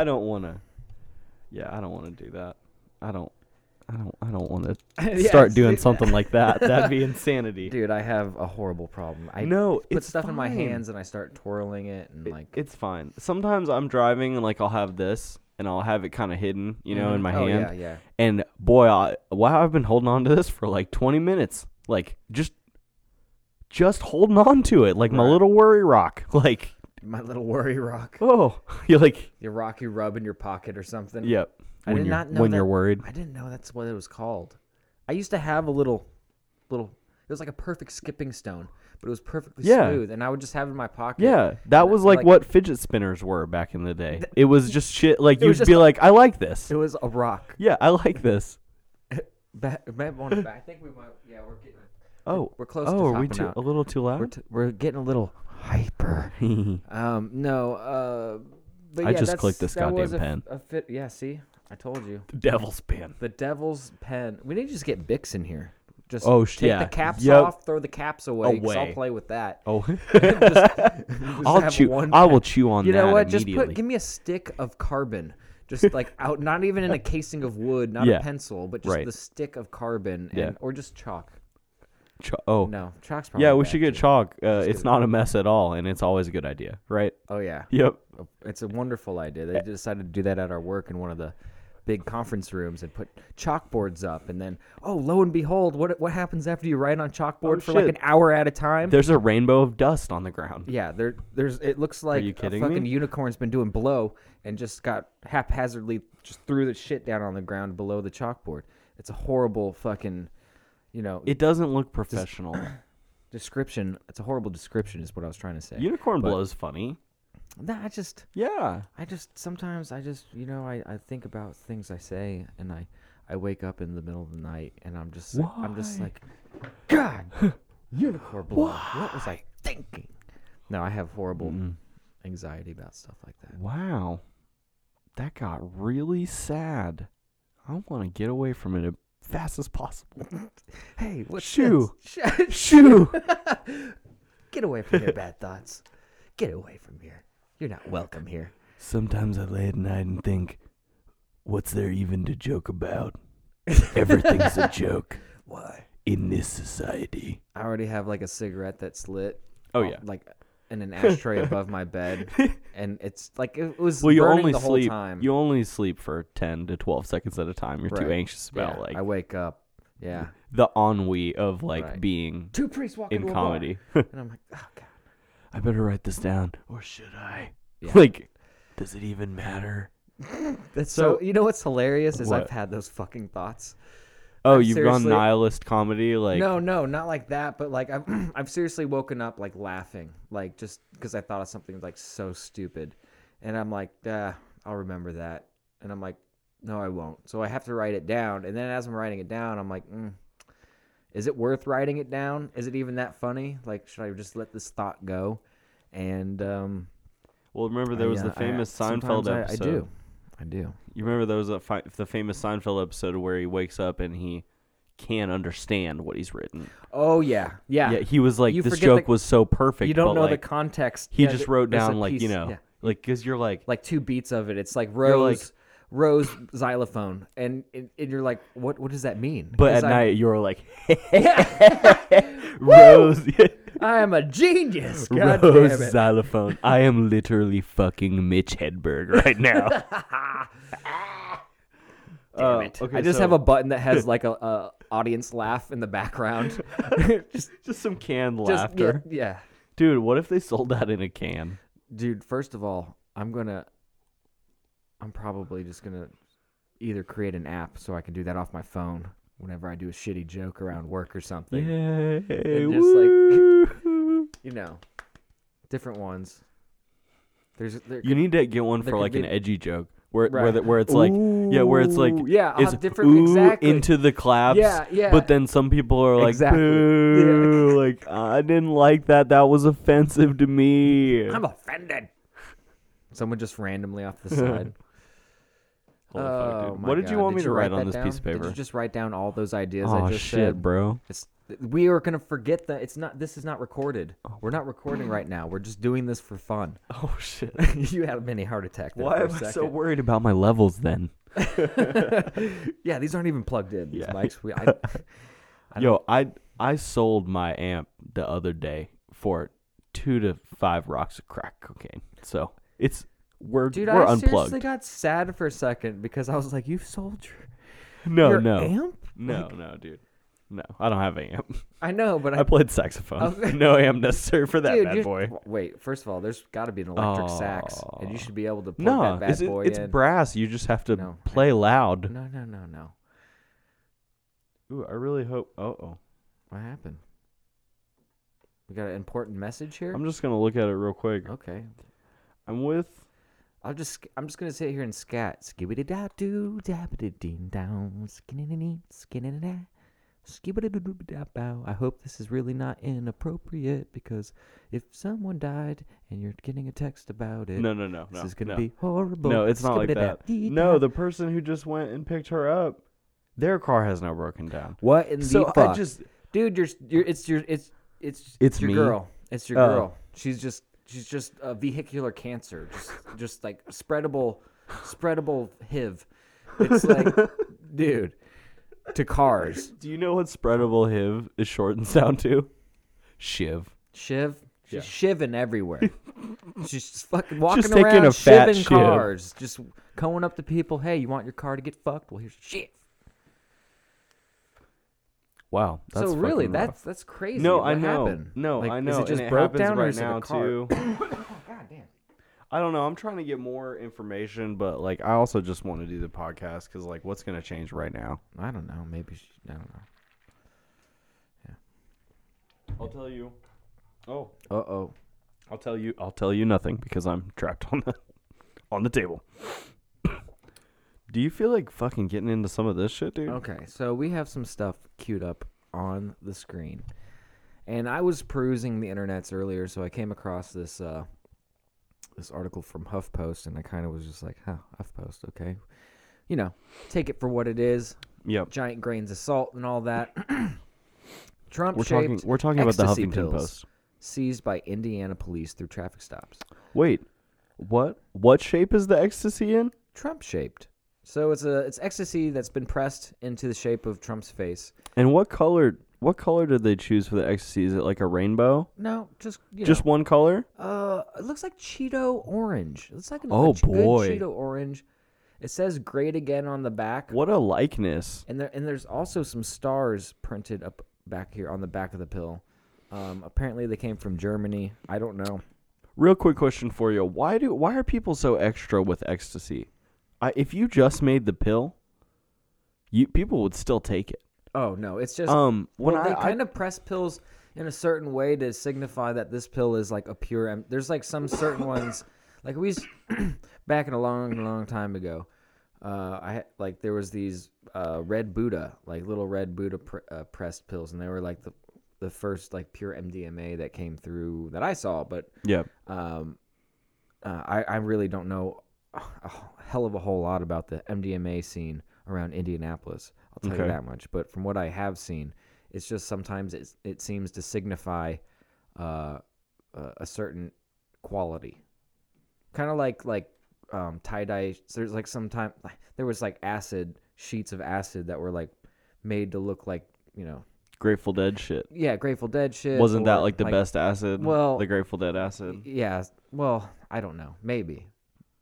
S3: I don't want to. Yeah, I don't want to do that. I don't. I don't. I don't want to
S2: Yeah,
S3: start
S2: see?
S3: doing something like that. That'd be insanity.
S2: Dude, I have a horrible problem. I
S3: No,
S2: put
S3: it's
S2: stuff in my
S3: fine.
S2: hands and I start twirling it and
S3: It-
S2: like.
S3: it's fine. Sometimes I'm driving and like I'll have this and I'll have it kind of hidden, you know, in my
S2: oh,
S3: hand.
S2: yeah, yeah.
S3: And boy, I, wow, I've been holding on to this for like 20 minutes. Like just just holding on to it like my
S2: Right.
S3: little worry rock. Like,
S2: My little worry rock.
S3: oh, you're like,
S2: Your rock you rub in your pocket or something.
S3: yep.
S2: I
S3: when
S2: did
S3: you're,
S2: not know
S3: when
S2: that-
S3: you're worried.
S2: I didn't know that's what it was called. I used to have a little, little. It was like a perfect skipping stone, but it was perfectly
S3: Yeah.
S2: smooth, and I would just have it in my pocket.
S3: Yeah, that was like,
S2: like-
S3: what fidget spinners were back in the day. it was just shit like
S2: was
S3: you'd
S2: just
S3: be like, I like this.
S2: it was a rock.
S3: Yeah, I like this.
S2: Ba- it might want to ba- I think we might. Yeah, we're getting.
S3: Oh,
S2: We're close to
S3: Oh, are we
S2: topping
S3: too,
S2: out.
S3: a little too
S2: We're,
S3: loud?
S2: t- we're getting a little hyper. um, no. Uh, but
S3: I
S2: yeah,
S3: just
S2: that's-
S3: clicked this
S2: that was
S3: goddamn
S2: a f-
S3: pen.
S2: A fit. Yeah. See, I told you.
S3: Devil's pin.
S2: The devil's pen. We need to just get Bix in here. Just
S3: Oh, sh-
S2: take
S3: yeah.
S2: the caps
S3: Yep.
S2: off, throw the caps away. 'cause I'll
S3: Away.
S2: play with that.
S3: Oh,
S2: Just- just
S3: I'll
S2: have
S3: chew.
S2: one
S3: I
S2: pen.
S3: will chew on
S2: You
S3: that
S2: know what? Just
S3: immediately.
S2: put give me a stick of carbon. just like out, not even in a casing of wood, not
S3: Yeah.
S2: a pencil, but just
S3: Right.
S2: the stick of carbon, and,
S3: Yeah.
S2: or just chalk.
S3: Ch- oh,
S2: No, chalk's probably
S3: yeah, we
S2: bad,
S3: should get
S2: too.
S3: chalk. Uh,
S2: Just
S3: it's
S2: get-
S3: not a mess at all, and it's always a good idea, right?
S2: Oh yeah,
S3: Yep.
S2: it's a wonderful idea. They decided to do that at our work in one of the big conference rooms and put chalkboards up, and then oh, lo and behold, what what happens after you write on chalkboard
S3: Oh,
S2: for like
S3: shit.
S2: an hour at a time?
S3: There's a rainbow of dust on the ground.
S2: Yeah, there, there's. It looks like
S3: you kidding
S2: a fucking
S3: me?
S2: unicorn's been doing blow and just got haphazardly just threw the shit down on the ground below the chalkboard. It's a horrible fucking, you know,
S3: It doesn't look professional.
S2: description. It's a horrible description, is what I was trying to say.
S3: Unicorn blows funny.
S2: Nah, I just,
S3: Yeah.
S2: I just sometimes I just, you know, I, I think about things I say and I, I wake up in the middle of the night and I'm just, like- I'm just
S3: Why?
S2: like, God, unicorn blow. What was I thinking? No, I have horrible anxiety about stuff like that.
S3: Wow. That got really sad. I want to get away from it as fast as possible.
S2: Hey, what's
S3: Shoo.
S2: this? Sh-
S3: Shoo!
S2: Get away from your bad thoughts. Get away from here. You're not welcome here.
S3: Sometimes I lay at night and think, what's there even to joke about? Everything's a joke
S2: Why?
S3: in this society.
S2: I already have like a cigarette that's lit.
S3: Oh,
S2: off-
S3: yeah.
S2: Like in an ashtray above my bed, and it's like it was
S3: Well, you
S2: burning
S3: only
S2: the whole
S3: sleep.
S2: time.
S3: You only sleep for ten to twelve seconds at a time. You're too
S2: Right.
S3: anxious about
S2: Yeah,
S3: like
S2: I wake up. Yeah.
S3: the ennui of like
S2: Right.
S3: being
S2: Two priests walking
S3: in comedy.
S2: and I'm like, oh god.
S3: I better write this down, or should I?
S2: Yeah.
S3: Like, does it even matter?
S2: That's so,
S3: So-
S2: you know what's hilarious is I've
S3: What?
S2: had those fucking thouts.
S3: Oh,
S2: I've
S3: you've
S2: seriously-
S3: gone nihilist comedy, like
S2: no, no, not like that. But like I've I've seriously woken up like laughing, like just because I thought of something like so stupid, and I'm like, ah, I'll remember that, and I'm like, no, I won't. So I have to write it down, and then as I'm writing it down, I'm like, mm, is it worth writing it down? Is it even that funny? Like, should I just let this thought go? And um,
S3: Well, remember there
S2: I,
S3: was
S2: uh,
S3: the
S2: I-
S3: famous
S2: sometimes
S3: Seinfeld
S2: I,
S3: episode.
S2: I do, I do.
S3: You remember there was a fi- the famous Seinfeld episode where he wakes up and he can't understand what he's written.
S2: Oh yeah, yeah.
S3: Yeah, he was like,
S2: You
S3: this
S2: forget
S3: joke
S2: the-
S3: was so perfect.
S2: you don't
S3: but,
S2: know
S3: like,
S2: the context.
S3: He
S2: Yeah,
S3: just
S2: there-
S3: wrote
S2: there's a
S3: down like you
S2: piece-
S3: know,
S2: yeah.
S3: like because you're like,
S2: like two beats of it. It's like
S3: like-
S2: rose, rose xylophone, and, and and you're like, what what does that mean?
S3: but
S2: 'Cause
S3: at
S2: I'm-
S3: night you're like,
S2: Woo!
S3: Rose,
S2: I am a genius. God
S3: Rose
S2: damn it.
S3: xylophone. I am literally fucking Mitch Hedberg right now.
S2: Damn
S3: Oh,
S2: it. I just have a button that has like a, a audience laugh in the background.
S3: just just some canned
S2: Just-
S3: laughter.
S2: yeah, yeah.
S3: Dude, what if they sold that in a can?
S2: dude. First of all, I'm gonna, I'm probably just gonna either create an app so I can do that off my phone whenever I do a shitty joke around work or something.
S3: Yay,
S2: just like-
S3: woo.
S2: you know, different ones. There's there,
S3: you need to get one
S2: There
S3: for
S2: could
S3: like
S2: be-
S3: an edgy joke where where
S2: Right.
S3: the, where it's like yeah, where it's like
S2: Ooh, yeah, I'll
S3: it's
S2: have different-
S3: ooh
S2: exactly.
S3: into the claps.
S2: Yeah, yeah.
S3: But then some people are like
S2: Exactly.
S3: boo, like I didn't like that. That was offensive to me.
S2: I'm offended. Someone just randomly off the side.
S3: Holy fuck, dude.
S2: Oh, my
S3: What did you
S2: God.
S3: want me to write
S2: that
S3: on this
S2: down?
S3: piece of
S2: Did
S3: paper?
S2: you just write down all those ideas
S3: oh
S2: I just
S3: shit,
S2: said?
S3: bro.
S2: It's, we are gonna forget that it's not. This is not recorded. We're not recording right now. We're just doing this for fun.
S3: Oh shit.
S2: you had a mini heart attack. There
S3: Why
S2: for
S3: am
S2: a
S3: I
S2: second.
S3: so worried about my levels then?
S2: yeah, these aren't even plugged in. These
S3: Yeah.
S2: mics. We, I,
S3: Yo, I I sold my amp the other day for two to five rocks of crack cocaine. So it's we're
S2: dude,
S3: we're
S2: I
S3: unplugged.
S2: seriously got sad for a second because I was like, "You've sold your,
S3: no,
S2: your
S3: Oh, no,
S2: amp."
S3: no, no, dude. No, I don't have an amp.
S2: I know, but I,
S3: I played saxophone.
S2: Okay.
S3: No amp necessary for that
S2: Dude,
S3: bad
S2: you're-
S3: boy.
S2: w- Wait, first of all, there's got to be an electric sax, and you should be able to plug
S3: No,
S2: that bad
S3: it's,
S2: boy
S3: it's
S2: in.
S3: brass. You just have to
S2: No, I-
S3: play loud.
S2: no, no, no, no.
S3: Ooh, I really hope. Oh, oh.
S2: What happened? We got an important message here. Oh.
S3: I'm just gonna look at it real quick.
S2: Okay,
S3: I'm with.
S2: I'll just sk- I'm just gonna sit here and scat. Skibidi da doo dabidi ding down skinny skinny da skibidi doo da bow. I hope this is really not inappropriate because if someone died and you're getting a text about it,
S3: No, no, no, no.
S2: this is gonna
S3: no.
S2: be horrible.
S3: No, it's not like that.
S2: Skibidi-da-dee-da.
S3: No, the person who just went and picked her up, their car has now broken down.
S2: What in
S3: So
S2: the
S3: I
S2: fuck?
S3: just-
S2: dude, you're, you're it's your it's it's
S3: It's
S2: your
S3: me?
S2: girl. It's your
S3: Oh.
S2: girl. She's just she's just a vehicular cancer, just just like spreadable spreadable HIV. It's like, dude, to cars.
S3: Do you know what spreadable HIV is shortened down to? Shiv.
S2: Shiv. She's
S3: Yeah.
S2: shiving everywhere. She's just fucking walking
S3: Just taking
S2: around
S3: a fat
S2: shiving
S3: shiv.
S2: cars. Just going up to people. Hey, you want your car to get fucked? Well, here's shiv.
S3: Wow. That's
S2: so really,
S3: fucking rough.
S2: that's that's crazy.
S3: no,
S2: what
S3: I know.
S2: happened?
S3: No,
S2: Like,
S3: I know.
S2: Is it
S3: and
S2: just
S3: it
S2: broke
S3: happens
S2: down or
S3: right
S2: is it
S3: now
S2: a car?
S3: too?
S2: God damn.
S3: I don't know. I'm trying to get more information, but like I also just want to do the podcast because like what's gonna change right now?
S2: I don't know. Maybe she, I don't know.
S3: I'll tell you. Oh,
S2: Uh oh.
S3: I'll tell you. I'll tell you nothing because I'm trapped on the on the table. do you feel like fucking getting into some of this shit, dude?
S2: Okay, so we have some stuff queued up on the screen. And I was perusing the internets earlier, so I came across this uh, this article from HuffPost, and I kind of was just like, huh, HuffPost, okay. You know, take it for what it is
S3: Yep.
S2: giant grains of salt and all that. Trump
S3: We're talking.
S2: shaped
S3: We're talking about the
S2: ecstasy
S3: Huffington
S2: pills
S3: Post.
S2: seized by Indiana police through traffic stops.
S3: Wait, what? What shape is the ecstasy in?
S2: Trump shaped. So it's a it's ecstasy that's been pressed into the shape of Trump's face.
S3: And what color? What color did they choose for the ecstasy? Is it like a rainbow?
S2: No, just you know,
S3: Just one color?
S2: Uh, it looks like Cheeto orange. It looks like an
S3: Oh,
S2: a ch- good
S3: boy.
S2: Cheeto orange. It says "Great Again" on the back,
S3: What a likeness!
S2: and there and there's also some stars printed up back here on the back of the pill. Um, apparently they came from Germany. I don't know.
S3: Real quick question for you: Why do why are people so extra with ecstasy? I, if you just made the pill, you people would still take it.
S2: Oh no, it's just
S3: Um, when
S2: well,
S3: I,
S2: they
S3: I-
S2: kind of press pills in a certain way to signify that this pill is like a pure. em- There's like some certain ones, like we s- back in a long, long time ago. Uh, I had, like there was these uh, red Buddha, like little red Buddha pr- uh, pressed pills, and they were like the the first like pure MDMA that came through that I saw. But
S3: yeah,
S2: um, uh, I I really don't know a hell of a whole lot about the MDMA scene around Indianapolis. I'll tell
S3: Okay.
S2: you that much. But from what I have seen, it's just sometimes it's, it seems to signify uh, a a certain quality, kind of like like um, tie dye. There's like sometime there was like acid sheets of acid that were like made to look like you know
S3: Grateful Dead shit.
S2: yeah Grateful Dead shit.
S3: Wasn't that
S2: or,
S3: like the best acid?
S2: well,
S3: the Grateful Dead acid.
S2: yeah. Well, I don't know. Maybe.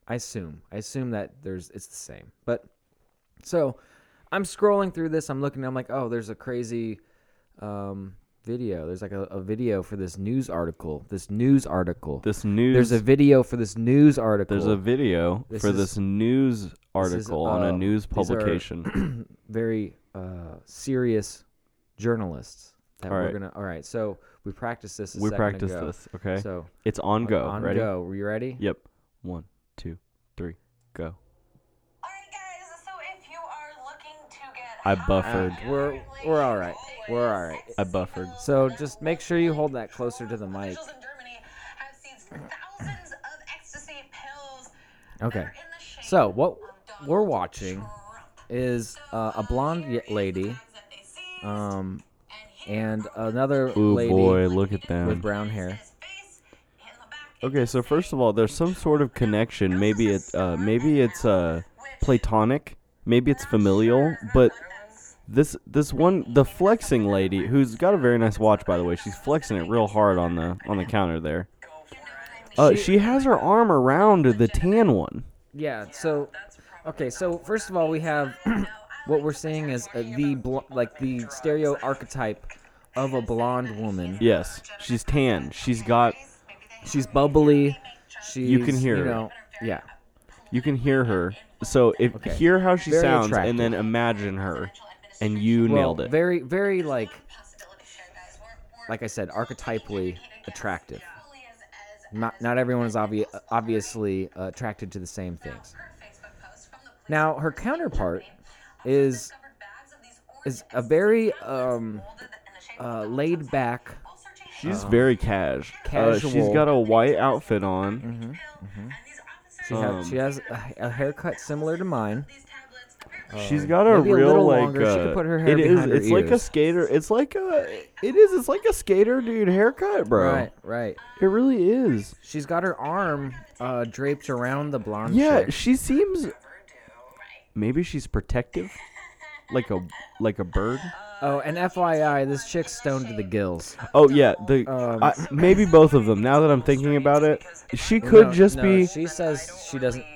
S2: I assume. I assume that there's it's the same. But so I'm scrolling through this. I'm looking. I'm like, oh, there's a crazy um, video. There's like a, a video for this news article. This news article.
S3: This news.
S2: there's a video for this news article.
S3: there's a video
S2: This
S3: for
S2: is-
S3: this news article on a
S2: um,
S3: news
S2: these are-
S3: publication.
S2: very uh, serious journalists that
S3: All
S2: we're
S3: right.
S2: gonna. All right. So we practiced this. A
S3: we
S2: second
S3: practiced
S2: ago.
S3: this. Okay,
S2: So
S3: it's on go.
S2: on
S3: Ready?
S2: go. Were you ready?
S3: Yep. One, two, three, go.
S1: Alright guys, so if you are looking to get
S3: I
S1: high,
S3: buffered.
S1: apparently
S2: We're-
S1: you
S2: we're all right.
S1: always
S2: We're all right.
S3: I buffered.
S2: So just make sure you hold that closer to the mic.
S1: Officials in Germany have seized thousands of ecstasy pills that
S2: Okay.
S1: are in the shape
S2: So what
S1: of Donald
S2: we're watching
S1: Trump.
S2: is uh, a blonde y- lady, um,
S1: and
S2: and another
S3: Ooh
S2: lady
S3: boy, look at
S2: with
S3: them.
S2: brown hair.
S3: Okay, so first of all, there's some sort of connection. Maybe it, uh, maybe it's uh, platonic. Maybe it's familial. But this this one, the flexing lady, who's got a very nice watch, by the way. She's flexing it real hard on the on the counter there. Uh, she has her arm around the tan one.
S2: Yeah. So, okay. So first of all, we have what we're seeing is uh the bl- like the stereo archetype of a blonde woman.
S3: Yes, she's tan. She's got.
S2: She's bubbly. She's
S3: You can hear
S2: you
S3: her.
S2: know, yeah.
S3: You can hear her. So if hear how she
S2: Very
S3: sounds,
S2: attractive.
S3: and then imagine her, and you
S2: Well,
S3: nailed it.
S2: Very, very like like I said, archetypally attractive. Not not everyone is obvi- obviously uh, attracted to the same things. Now her counterpart is is a very um, uh, laid back. um,
S3: She's very cash. Uh, she's
S2: Casual.
S3: got a white outfit on.
S1: mm-hmm.
S3: Um.
S2: She, ha- she has a, a haircut similar to mine. Uh,
S3: She's got a
S2: Maybe a
S3: real
S2: little
S3: like
S2: longer. She could
S3: uh,
S2: put her hair
S3: it is
S2: behind her
S3: it's like a
S2: ears.
S3: skater it's like a it is it's like a skater dude haircut, bro.
S2: Right, right.
S3: It really is.
S2: She's got her arm uh, draped around the blonde
S3: Yeah,
S2: chick.
S3: she seems
S1: Right.
S3: maybe she's protective, like a like a bird.
S2: Oh, and FYI, this chick's stoned to the gills.
S3: Oh yeah, the
S2: Um,
S3: I, maybe both of them. Now that I'm thinking about it, she could
S2: No,
S3: just
S2: no,
S3: be.
S2: She says she doesn't.
S1: Really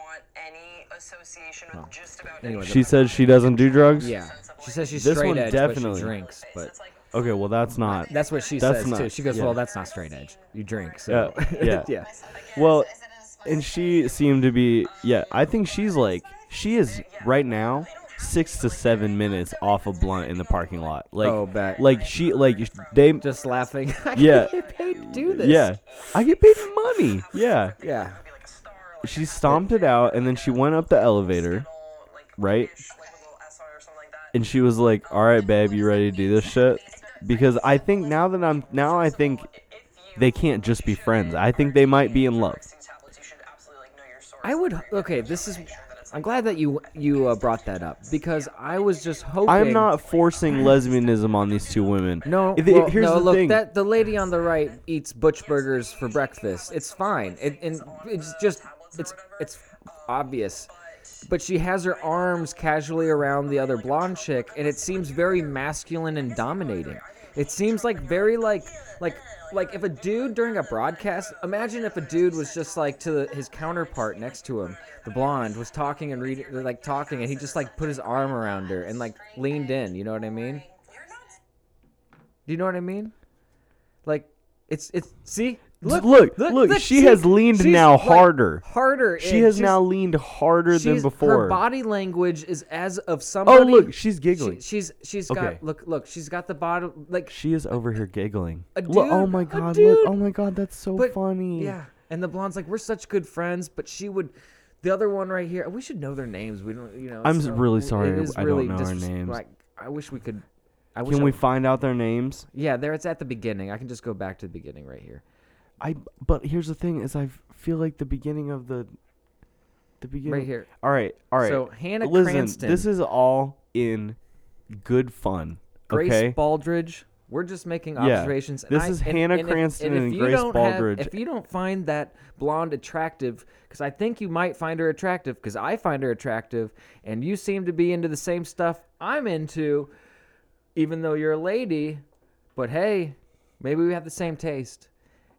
S1: want any association with just about
S2: Anyway,
S3: She says she doesn't do drugs.
S2: Yeah, she says she's
S3: This
S2: straight
S3: one
S2: edge, but
S3: definitely.
S2: she drinks. But
S3: Okay, well that's not.
S2: that's what she
S3: That's
S2: says
S3: not-
S2: too. She goes,
S3: yeah.
S2: "Well, that's not straight edge. You drink." So
S3: yeah.
S2: yeah.
S3: Well, and she seemed to be. Yeah, I think she's like she is right now six to seven minutes off a blunt in the parking lot. Like
S2: Oh, bet.
S3: like she like they
S2: Just laughing. I
S3: Yeah.
S2: can't get paid to do this.
S3: yeah. I get paid money. Yeah.
S2: Yeah.
S3: She stomped it out and then she went up the elevator, right? And she was like, "All right, babe, you ready to do this shit?" Because I think now that I'm now I think they can't just be friends. I think they might be in love.
S2: I would. Okay, this is. I'm glad that you you uh, brought that up because I was just hoping.
S3: I'm not forcing lesbianism on these two women.
S2: No,
S3: If it-
S2: well,
S3: here's
S2: no.
S3: the
S2: look,
S3: thing.
S2: that the lady on the right eats butch burgers for breakfast. It's fine. It, and it's just it's it's obvious. But she has her arms casually around the other blonde chick, and it seems very masculine and dominating. It seems like very like like like if a dude during a broadcast. Imagine if a dude was just like to the, his counterpart next to him, the blonde was talking and reading, like talking, and he just like put his arm around her and like leaned in. You know what I mean? Do you know what I mean? Like it's it's see
S3: Look, look, she has leaned now harder.
S2: harder.
S3: she
S2: in.
S3: has
S2: She's-
S3: now leaned harder than
S2: she's-
S3: before. Oh,
S2: Her body language is as of somebody.
S3: look, she's giggling.
S2: She, she's she's
S3: Okay.
S2: got look look she's got the body like
S3: she is over here giggling.
S2: A
S3: Look- oh
S2: dude-
S3: my
S2: a
S3: god,
S2: dude.
S3: look. Oh my god, that's so
S2: but,
S3: funny.
S2: Yeah, and the blonde's like we're such good friends, but she would. The other one right here, we should know their names. We don't, you know.
S3: I'm
S2: it's
S3: s-
S2: so-
S3: really sorry
S2: It is
S3: I don't
S2: really
S3: know our
S2: disres-
S3: names.
S2: Like, I wish we could. I wish
S3: Can
S2: I-
S3: we find out their names?
S2: yeah, there it's at the beginning. I can just go back to the beginning right here.
S3: I but here's the thing is I f- feel like the beginning of the the beginning
S2: Right here.
S3: All right, all right.
S2: So, Hannah
S3: Listen,
S2: Cranston.
S3: this is all in good fun.
S2: Grace
S3: okay.
S2: Baldridge. We're just making
S3: Yeah.
S2: observations. and
S3: This
S2: I-
S3: is
S2: and-
S3: Hannah
S2: and if-
S3: Cranston
S2: if
S3: and
S2: you
S3: Grace
S2: don't have-
S3: Baldridge.
S2: if you don't find that blonde attractive, because I think you might find her attractive, because I find her attractive, and you seem to be into the same stuff I'm into, even though you're a lady. But hey, maybe we have the same taste.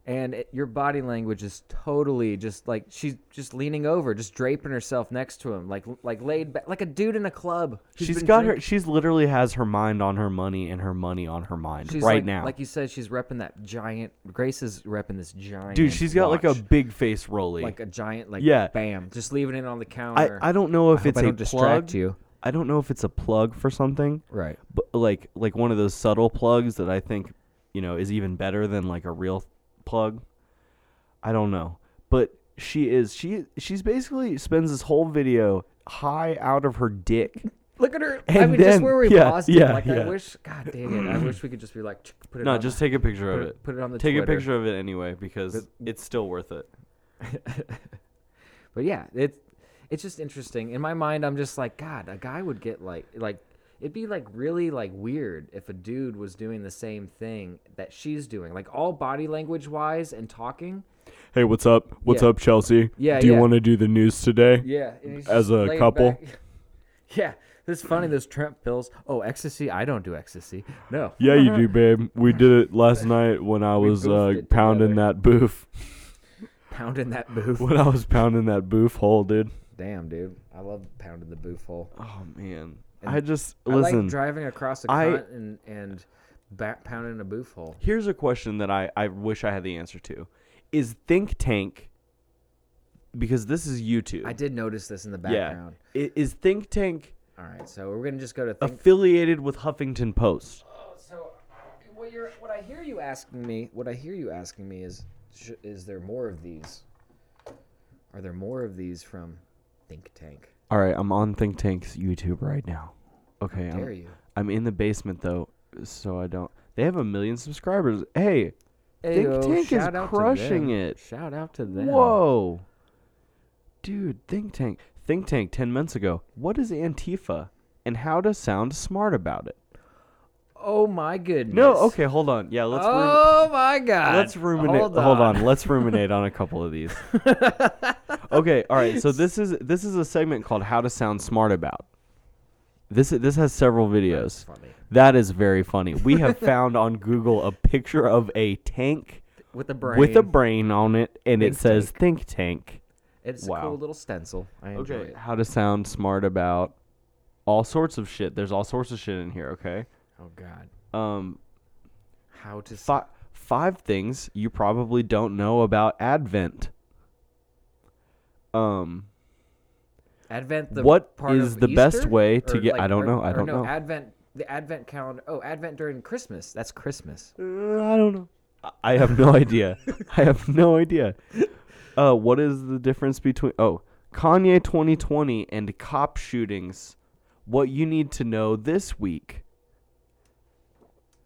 S2: And it, your body language is totally just like she's just leaning over, just draping herself next to him, like like laid back, like a dude in a club. who's
S3: she's
S2: been
S3: got
S2: drinking.
S3: her she's literally has her mind on her money and her money on her mind
S2: She's
S3: right
S2: like,
S3: now.
S2: Like you said, she's repping that giant. Grace is repping this giant.
S3: Dude, she's got like a
S2: watch.
S3: big face rolly.
S2: like a giant like
S3: Yeah.
S2: bam, just leaving it on the
S3: I,
S2: counter.
S3: I don't know if
S2: hope
S3: it's
S2: I
S3: a
S2: don't distract
S3: plug.
S2: you.
S3: I don't know if it's a plug for something.
S2: right.
S3: but like like one of those subtle plugs that I think you know is even better than like a real plug. I don't know, but she is she she's basically spends this whole video high out of her dick.
S2: Look at her. I
S3: And
S2: mean, just
S3: then-
S2: where we
S3: yeah,
S2: paused
S3: yeah,
S2: it. Like
S3: yeah.
S2: I wish. God dang it! I wish we could just be like, "Tsk," put it.
S3: No,
S2: on
S3: just take a picture
S2: put
S3: of
S2: it-
S3: it.
S2: put it on the
S3: take
S2: Twitter.
S3: a picture of it anyway because it's still worth it.
S2: But yeah, it's it's just interesting. In my mind, I'm just like, God, a guy would get like like it'd be like really like weird if a dude was doing the same thing that she's doing, like all body language wise and talking.
S4: Hey, what's up? What's
S2: Yeah.
S4: up, Chelsea?
S2: Yeah,
S4: Do you
S2: yeah.
S4: want to do the news today?
S2: Yeah, and he's
S4: As
S2: just
S4: a
S2: laid
S4: couple?
S2: back. Yeah, it's funny. Those Trump pills. Oh, ecstasy. I don't do ecstasy. No.
S4: Yeah, you do,
S3: Uh-huh.
S4: babe. We did it last night when I was
S2: boofed
S4: uh,
S2: it
S4: pounding
S2: together.
S4: that boof.
S2: Pounding that booth.
S4: When I was pounding that boof hole, dude.
S2: Damn, dude. I love pounding the booth hole.
S3: Oh man, I just listen.
S2: I like driving across the
S3: I-
S2: continent and and back pounding a booth hole.
S3: Here's a question that I, I wish I had the answer to: Is think tank because this is YouTube.
S2: I did notice this in the
S3: yeah,
S2: background.
S3: I- is think tank
S2: All right, so we're gonna just go to think.
S3: affiliated with Huffington Post.
S2: Oh, So, what you're what I hear you asking me, what I hear you asking me is, sh- is there more of these? Are there more of these from Think Tank?
S3: All right, I'm on Think Tank's YouTube right now. Okay,
S2: Dare
S3: I'm,
S2: you?
S3: I'm in the basement though, so I don't. They have a million subscribers. Hey, Think
S2: Ayo,
S3: Tank is
S2: shout out to
S3: crushing
S2: them.
S3: it.
S2: Shout out to them.
S3: whoa, dude, Think Tank. Think Tank 10 minutes ago. What is Antifa and how to sound smart about it?
S2: Oh my goodness.
S3: No, okay, hold on. Yeah, let's rumi-
S2: oh my god.
S3: let's ruminate.
S2: Hold
S3: Hold
S2: on.
S3: on. let's ruminate on a couple of these. okay, all right. So this is this is a segment called "How to Sound Smart About." This this has several videos. That is very funny. We have found on Google a picture of a tank
S2: With a brain.
S3: with a brain on it, and
S2: Think
S3: it says "Think Tank."
S2: It's a
S3: Wow.
S2: cool little stencil. I enjoy
S3: Okay,
S2: it.
S3: how to sound smart about all sorts of shit. There's all sorts of shit in here. Okay.
S2: Oh god.
S3: Um,
S2: How to s-
S3: fi- five things you probably don't know about Advent. Um,
S2: Advent the
S3: What
S2: part
S3: is
S2: of
S3: the best
S2: Easter?
S3: way to
S2: Or,
S3: get- I don't
S2: or-
S3: know, I
S2: or
S3: don't
S2: no,
S3: know.
S2: Advent the Advent calendar. Oh, Advent during Christmas. That's Christmas.
S3: uh, I don't know. I- I have no idea. I have no idea. Uh, what is the difference between oh Kanye 2020 and cop shootings? What you need to know this week.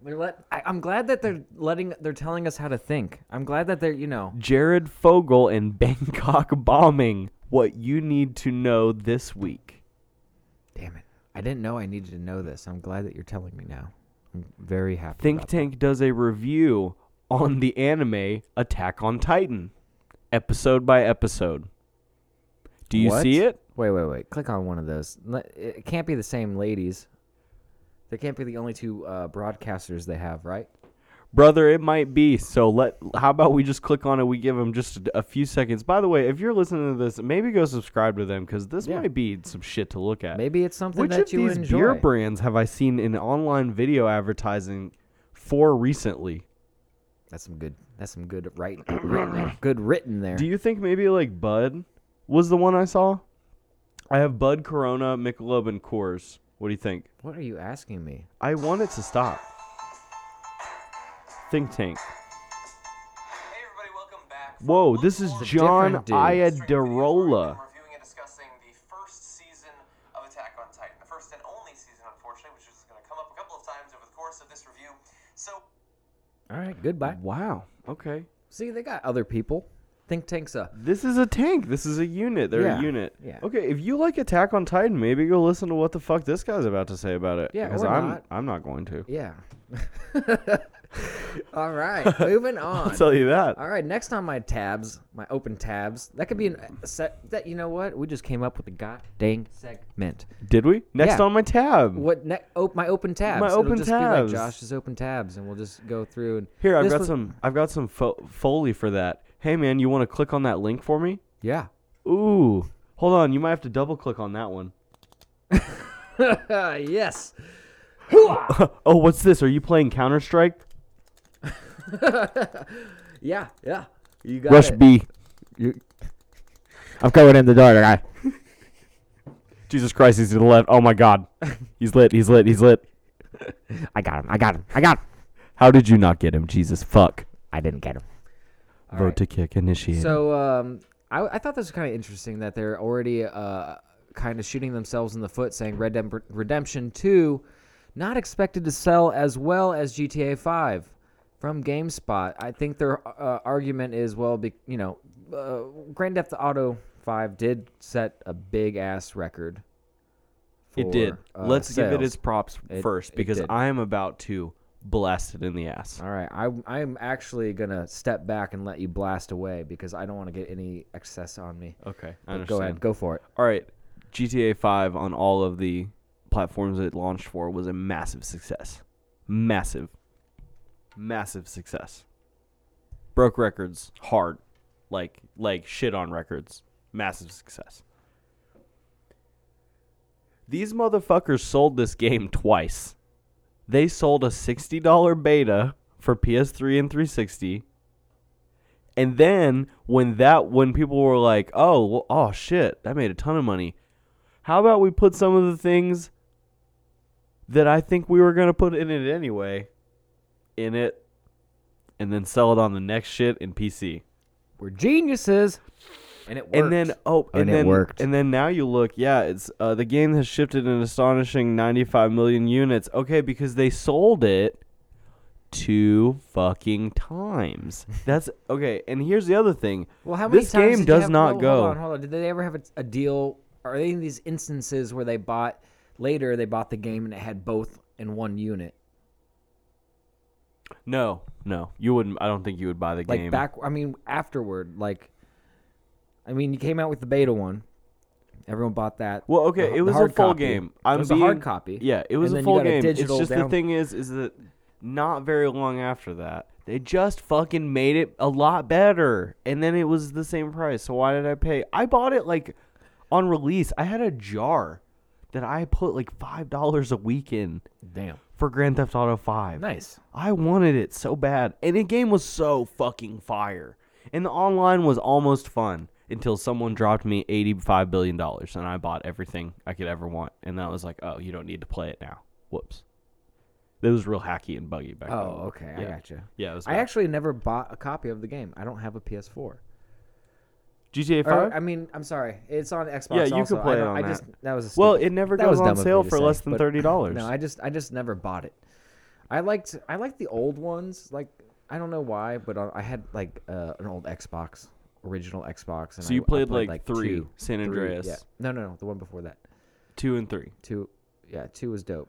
S2: They're let I, I'm glad that they're letting they're telling us how to think. I'm glad that they're you know
S3: Jared Fogle and Bangkok bombing. What you need to know this week.
S2: Damn it. I didn't know I needed to know this. I'm glad that you're telling me now. I'm very happy.
S3: Think
S2: about
S3: Tank does a review on the anime Attack on Titan, episode by episode. Do you
S2: What?
S3: see it?
S2: Wait, wait, wait. Click on one of those. Le- It can't be the same ladies. They can't be the only two uh, broadcasters they have, right?
S3: Brother, it might be. So let how about we just click on it, we give them just a, a few seconds. By the way, if you're listening to this, maybe go subscribe to them cuz this
S2: Yeah.
S3: might be some shit to look at.
S2: Maybe it's something
S3: Which
S2: that
S3: of
S2: you
S3: these
S2: enjoy.
S3: beer brands have I seen in online video advertising for recently?
S2: that's some good. That's some good right, written, good written there.
S3: Do you think maybe like Bud was the one I saw? I have Bud, Corona, Michelob, and Coors. What do you think?
S2: what are you asking me?
S3: I want it to stop. Think Tank.
S5: Hey everybody, welcome back. from
S3: Whoa,
S5: Look
S3: this is
S5: Forward
S3: John
S2: different dude.
S3: Iadarola.
S5: We're reviewing and discussing the first season of Attack on Titan, the first and only season, unfortunately, which is going to come up a couple of times over the course of this review. So.
S2: All right, goodbye.
S3: Wow. Okay.
S2: See, they got other people. Think Tank's a.
S3: This is a tank. This is a unit. They're
S2: Yeah,
S3: a unit.
S2: yeah.
S3: Okay, if you like Attack on Titan, maybe go listen to what the fuck this guy's about to say about it.
S2: Yeah,
S3: because
S2: or
S3: I'm
S2: not.
S3: I'm not going to.
S2: Yeah. All right, moving on.
S3: I'll tell you that.
S2: All right, next on my tabs, my open tabs, that could be an a set that you know what? We just came up with a god dang segment.
S3: Did we? Next
S2: Yeah.
S3: on my tab.
S2: What ne- op- my open tabs?
S3: My
S2: It'll
S3: open
S2: just
S3: tabs.
S2: Be like Josh's open tabs, and we'll just go through and
S3: Here, I've
S2: this
S3: got
S2: was-
S3: some. I've got some fo- foley for that. Hey, man, you want to click on that link for me?
S2: Yeah,
S3: Ooh, hold on. You might have to double click on that one.
S2: yes.
S3: Oh, what's this? Are you playing Counter Strike?
S2: Yeah, yeah. You got
S4: Rush
S2: it.
S4: B. I'm going in the door, guy. Jesus Christ, he's to the left. Oh my God, he's lit. He's lit. He's lit.
S6: I got him. I got him. I got him.
S3: How did you not get him? Jesus fuck.
S6: I didn't get him.
S2: All
S3: Vote
S2: right.
S3: to kick initiated.
S2: So um, I, I thought this was kind of interesting that they're already uh, kind of shooting themselves in the foot, saying Red Dead Redemption Two not expected to sell as well as GTA Five from GameSpot. I think their uh, argument is well, be, you know, uh, Grand Theft Auto Five did set a big ass record.
S3: it did.
S2: for, uh,
S3: Let's give it
S2: sales.
S3: its props
S2: It-
S3: first
S2: it
S3: because
S2: did.
S3: I am about to blast it in the ass.
S2: All right, I I'm actually gonna step back and let you blast away because I don't want to get any excess on me.
S3: Okay, I
S2: But
S3: understand.
S2: go ahead, go for it.
S3: All right, GTA 5 on all of the platforms it launched for was a massive success. Massive. Massive success. Broke records hard. Like like shit on records. Massive success. These motherfuckers sold this game twice. They sold a $60 beta for PS3 and 360 and then when that when people were like, "Oh, well, oh shit, that made a ton of money." How about we put some of the things that I think we were going to put in it anyway in it and then sell it on the next shit in PC.
S2: We're geniuses, and it worked.
S3: And then oh, and,
S2: And it
S3: then
S2: worked.
S3: and then now you look, yeah, it's uh, the game has shifted an astonishing 95 million units. Okay, because they sold it two fucking times. That's okay. And here's the other thing.
S2: Well, how many
S3: this
S2: times did
S3: game
S2: you
S3: does
S2: have-
S3: not
S2: well,
S3: go.
S2: Hold on, hold on. Did they ever have a, a deal are they in these instances where they bought later they bought the game and it had both in one unit?
S3: No, no, you wouldn't. I don't think you would buy the
S2: Like
S3: game.
S2: back I mean afterward, like I mean you came out with the beta one. Everyone bought that.
S3: well, okay,
S2: the-
S3: it
S2: the
S3: was a
S2: hard
S3: full
S2: copy.
S3: game.
S2: it
S3: I'm
S2: was
S3: being,
S2: a hard copy.
S3: Yeah, it was
S2: and
S3: a
S2: then
S3: full
S2: you got
S3: game.
S2: A digital
S3: it's just the
S2: down-
S3: thing is, is that not very long after that, they just fucking made it a lot better, and then it was the same price. So why did I pay? I bought it like on release. I had a jar that I put like five dollars a week in
S2: Damn.
S3: for Grand Theft Auto Five.
S2: Nice.
S3: I wanted it so bad, and the game was so fucking fire. And the online was almost fun until someone dropped me eighty-five billion dollars, and I bought everything I could ever want. And that was like, oh, you don't need to play it now. Whoops. That was real hacky and buggy back then.
S2: Oh, okay. I
S3: Yeah.
S2: gotcha.
S3: Yeah, it was.
S2: I
S3: bad.
S2: actually never bought a copy of the game. I don't have a PS4.
S3: GTA
S2: Or, uh,
S3: Five.
S2: I mean, I'm sorry. It's on Xbox.
S3: Uh-huh. Yeah, you
S2: also.
S3: could play
S2: I
S3: it
S2: don't-
S3: on
S2: I
S3: that.
S2: just that was a
S3: Well,
S2: stupid-
S3: it never
S2: that
S3: goes
S2: was
S3: on
S2: dumb of me
S3: sale
S2: to
S3: for
S2: say,
S3: less than
S2: but-
S3: $30.
S2: No, I just I just never bought it. I liked I liked the old ones. Like I don't know why, but I I had like uh, an old Xbox, original Xbox. And
S3: So
S2: I-
S3: you
S2: I
S3: played, like, three,
S2: two,
S3: San Andreas.
S2: yeah. No, no, no, the one before that.
S3: Two and three.
S2: Two, yeah, two was dope.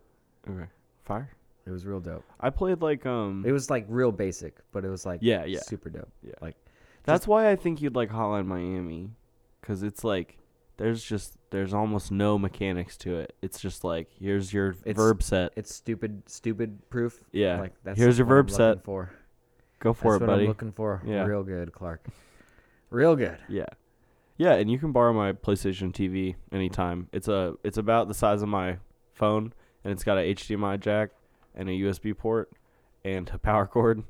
S3: Okay. Fire.
S2: It was real dope.
S3: I played like um.
S2: It was like real basic, but it was like
S3: Yeah, yeah.
S2: super dope.
S3: Yeah.
S2: like
S3: That's why I think you'd like Hotline Miami, because it's like there's just there's almost no mechanics to it. It's just like here's your
S2: It's-
S3: verb set,
S2: it's stupid, stupid proof.
S3: Yeah.
S2: like that's
S3: Here's your
S2: what I'm
S3: verb set.
S2: looking For.
S3: go for
S2: That's
S3: it,
S2: what
S3: buddy.
S2: I'm looking for.
S3: Yeah.
S2: Real good, Clark. Real good.
S3: yeah, yeah, and you can borrow my PlayStation TV anytime. It's a it's about the size of my phone, and it's got a HDMI jack and a USB port and a power cord,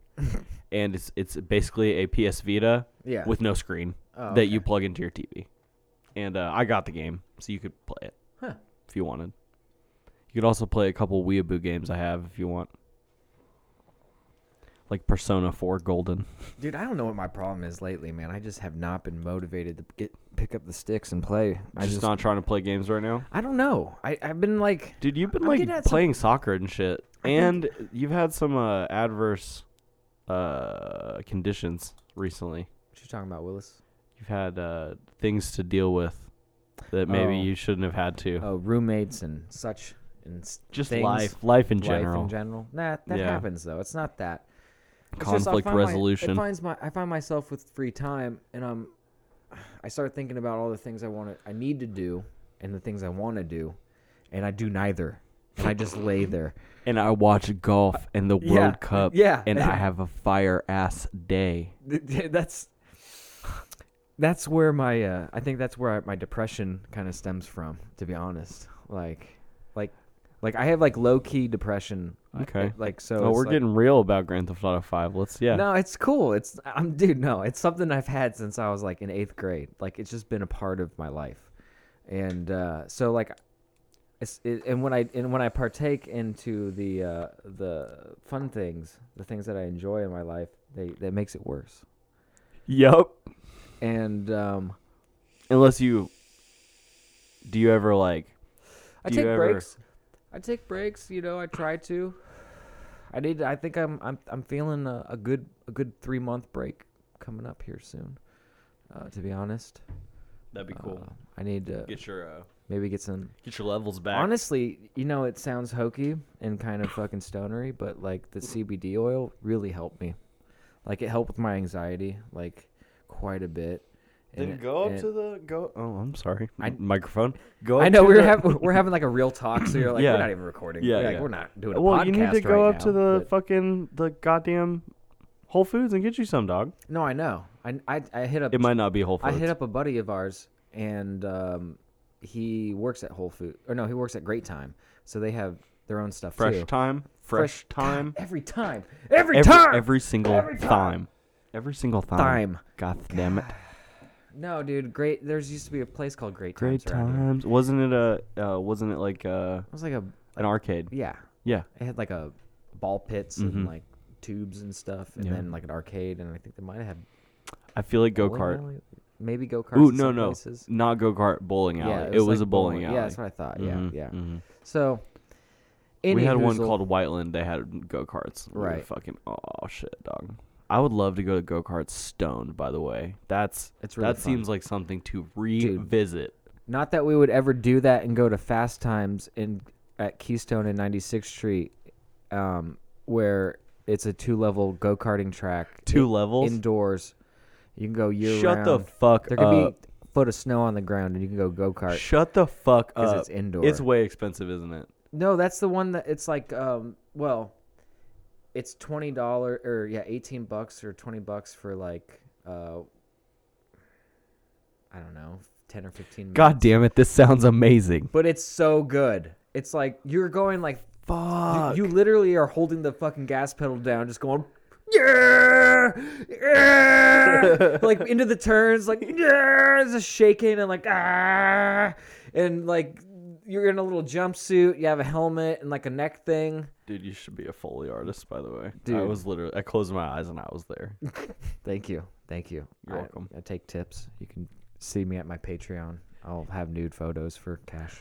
S3: and it's it's basically a PS Vita
S2: Yeah.
S3: with no screen
S2: Oh,
S3: that you
S2: okay.
S3: plug into your TV. And uh, I got the game, so you could play it
S2: Huh.
S3: if you wanted. You could also play a couple Weeaboo games I have if you want, like Persona 4 Golden.
S2: Dude, I don't know what my problem is lately, man. I just have not been motivated to get pick up the sticks and play. I
S3: just,
S2: just,
S3: not trying to play games right now.
S2: I don't know. I I've been like
S3: Dude, you've been
S2: I'm getting
S3: like
S2: at some-
S3: playing soccer and shit, and
S2: think-
S3: you've had some uh, adverse uh, conditions recently.
S2: what you talking about, Willis?
S3: You've had uh, things to deal with that maybe
S2: Oh.
S3: you shouldn't have had to.
S2: Oh, roommates and such and s-
S3: Just
S2: things,
S3: life, life in
S2: Life
S3: general.
S2: in general. Nah, that
S3: Yeah.
S2: happens though. It's not that. It's just I
S3: Conflict
S2: find my-
S3: resolution.
S2: it finds my I find myself with free time and I'm I start thinking about all the things I want to I need to do and the things I want to do and I do neither. And I just lay there.
S3: and I watch golf and the World
S2: Yeah,
S3: Cup.
S2: yeah.
S3: And I have a fire ass day.
S2: Th- that's that's where my uh, I think that's where I, my depression kind of stems from, to be honest. Like, like, like I have like low key depression. I-
S3: Okay.
S2: like so.
S3: Oh,
S2: it's
S3: we're
S2: like-
S3: getting real about Grand Theft Auto Five. Let's yeah.
S2: No, it's cool. It's I'm dude. No, it's something I've had since I was like in eighth grade. Like it's just been a part of my life, and uh, so like, it's it, and when I and when I partake into the uh, the fun things, the things that I enjoy in my life, they that makes it worse.
S3: Yup.
S2: And um,
S3: Unless you. Do you ever like?
S2: I
S3: Do
S2: take
S3: you ever-
S2: breaks. I take breaks. You know, I try to. I need. I think I'm. I'm. I'm feeling a, a good. A good three month break coming up here soon. Uh, to be honest,
S3: That'd be
S2: Uh, I need to
S3: your uh,
S2: maybe get some.
S3: get your levels back.
S2: Honestly, you know, it sounds hokey and kind of fucking stonery, but like the CBD oil really helped me. Like it helped with my anxiety, like quite a bit. And
S3: Then
S2: it-
S3: go up
S2: and-
S3: to the go. Oh, I'm sorry. microphone. Go.
S2: I
S3: up
S2: know
S3: to
S2: we were
S3: the-
S2: having we're having like a real talk, so you're like
S3: Yeah.
S2: we're not even recording.
S3: Yeah,
S2: Yeah, like,
S3: yeah.
S2: we're not doing a
S3: Well,
S2: podcast
S3: you need to go
S2: right
S3: up to
S2: now,
S3: the
S2: but-
S3: fucking the goddamn Whole Foods and get you some dog.
S2: No, I know. I, I, I hit up.
S3: It might not be Whole
S2: I
S3: Foods.
S2: hit up a buddy of ours, and um, he works at Whole Food, or no, he works at Great Time. So they have their own stuff
S3: fresh
S2: too.
S3: time. Fresh, time.
S2: every time, every,
S3: every,
S2: time.
S3: every single
S2: Every time.
S3: time. Every single time.
S2: Time.
S3: God damn it.
S2: no, dude, great. There's used to be a place called Great
S3: Great
S2: Times. around here.
S3: times. Wasn't it a? Uh, wasn't it like uh,
S2: It was like a
S3: an arcade?
S2: yeah.
S3: Yeah.
S2: It had like a ball pits and like tubes and stuff, and
S3: Mm-hmm. Yeah.
S2: then like an arcade, and I think they might have had
S3: I feel like go
S2: bowling
S3: kart.
S2: alley- Maybe go kart.
S3: Ooh, no,
S2: some
S3: no,
S2: places.
S3: not go kart. Bowling alley. it was,
S2: like
S3: a bowling, alley.
S2: Yeah, that's what I thought.
S3: Mhm,
S2: Yeah, yeah.
S3: mhm.
S2: So,
S3: We had one
S2: anyhoozle-
S3: called Whiteland. They had go karts.
S2: Right.
S3: Fucking oh shit, dog. I would love to go to go kart stoned. By the way, that's
S2: It's really
S3: that
S2: fun.
S3: seems like something to revisit.
S2: Not that we would ever do that and go to Fast Times in at Keystone and 96th Street, um, where it's a two-level go-karting track.
S3: Two
S2: i-
S3: levels?
S2: indoors. You can go year
S3: Shut
S2: round.
S3: the fuck
S2: There could be
S3: up.
S2: a foot of snow on the ground, and you can go go-kart.
S3: Shut the fuck
S2: 'Cause
S3: up.
S2: it's indoor.
S3: It's way expensive, isn't it?
S2: No, that's the one that it's like um well, it's twenty dollar or yeah, eighteen bucks or twenty bucks for like uh I don't know, ten or fifteen minutes.
S3: God damn it, this sounds amazing.
S2: But it's so good. It's like you're going like
S3: Fuck.
S2: you, you literally are holding the fucking gas pedal down, just going yeah, yeah, like into the turns, like yeah, it's just shaking and like ah, and like you're in a little jumpsuit, you have a helmet and like a neck thing.
S3: Dude, you should be a Foley artist, by the way. I
S2: Dude.
S3: was literally, I closed my eyes and I was there.
S2: Thank you, thank you.
S3: You're
S2: I-
S3: welcome.
S2: I take tips. You can see me at my Patreon. I'll have nude photos for cash.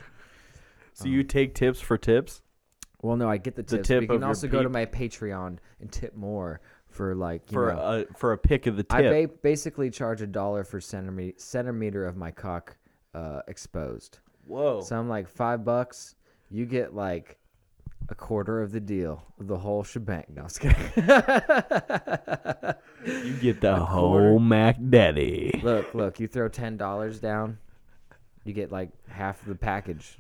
S3: So you take tips for tips?
S2: Well, no, I get the tips.
S3: The
S2: but
S3: tip
S2: you
S3: of
S2: can
S3: your
S2: also go to
S3: peep.
S2: my Patreon and tip more for like you
S3: For
S2: know,
S3: a for a pick of the tip.
S2: I ba- basically charge a dollar for centimeter centimeter of my cock uh, exposed.
S3: Whoa.
S2: So I'm like five bucks. You get like a quarter of the deal, the whole shebang. No, I'm just kidding.
S3: you get the
S2: quarter.
S3: whole Mac Daddy.
S2: look, look. You throw ten dollars down, you get like half of the package.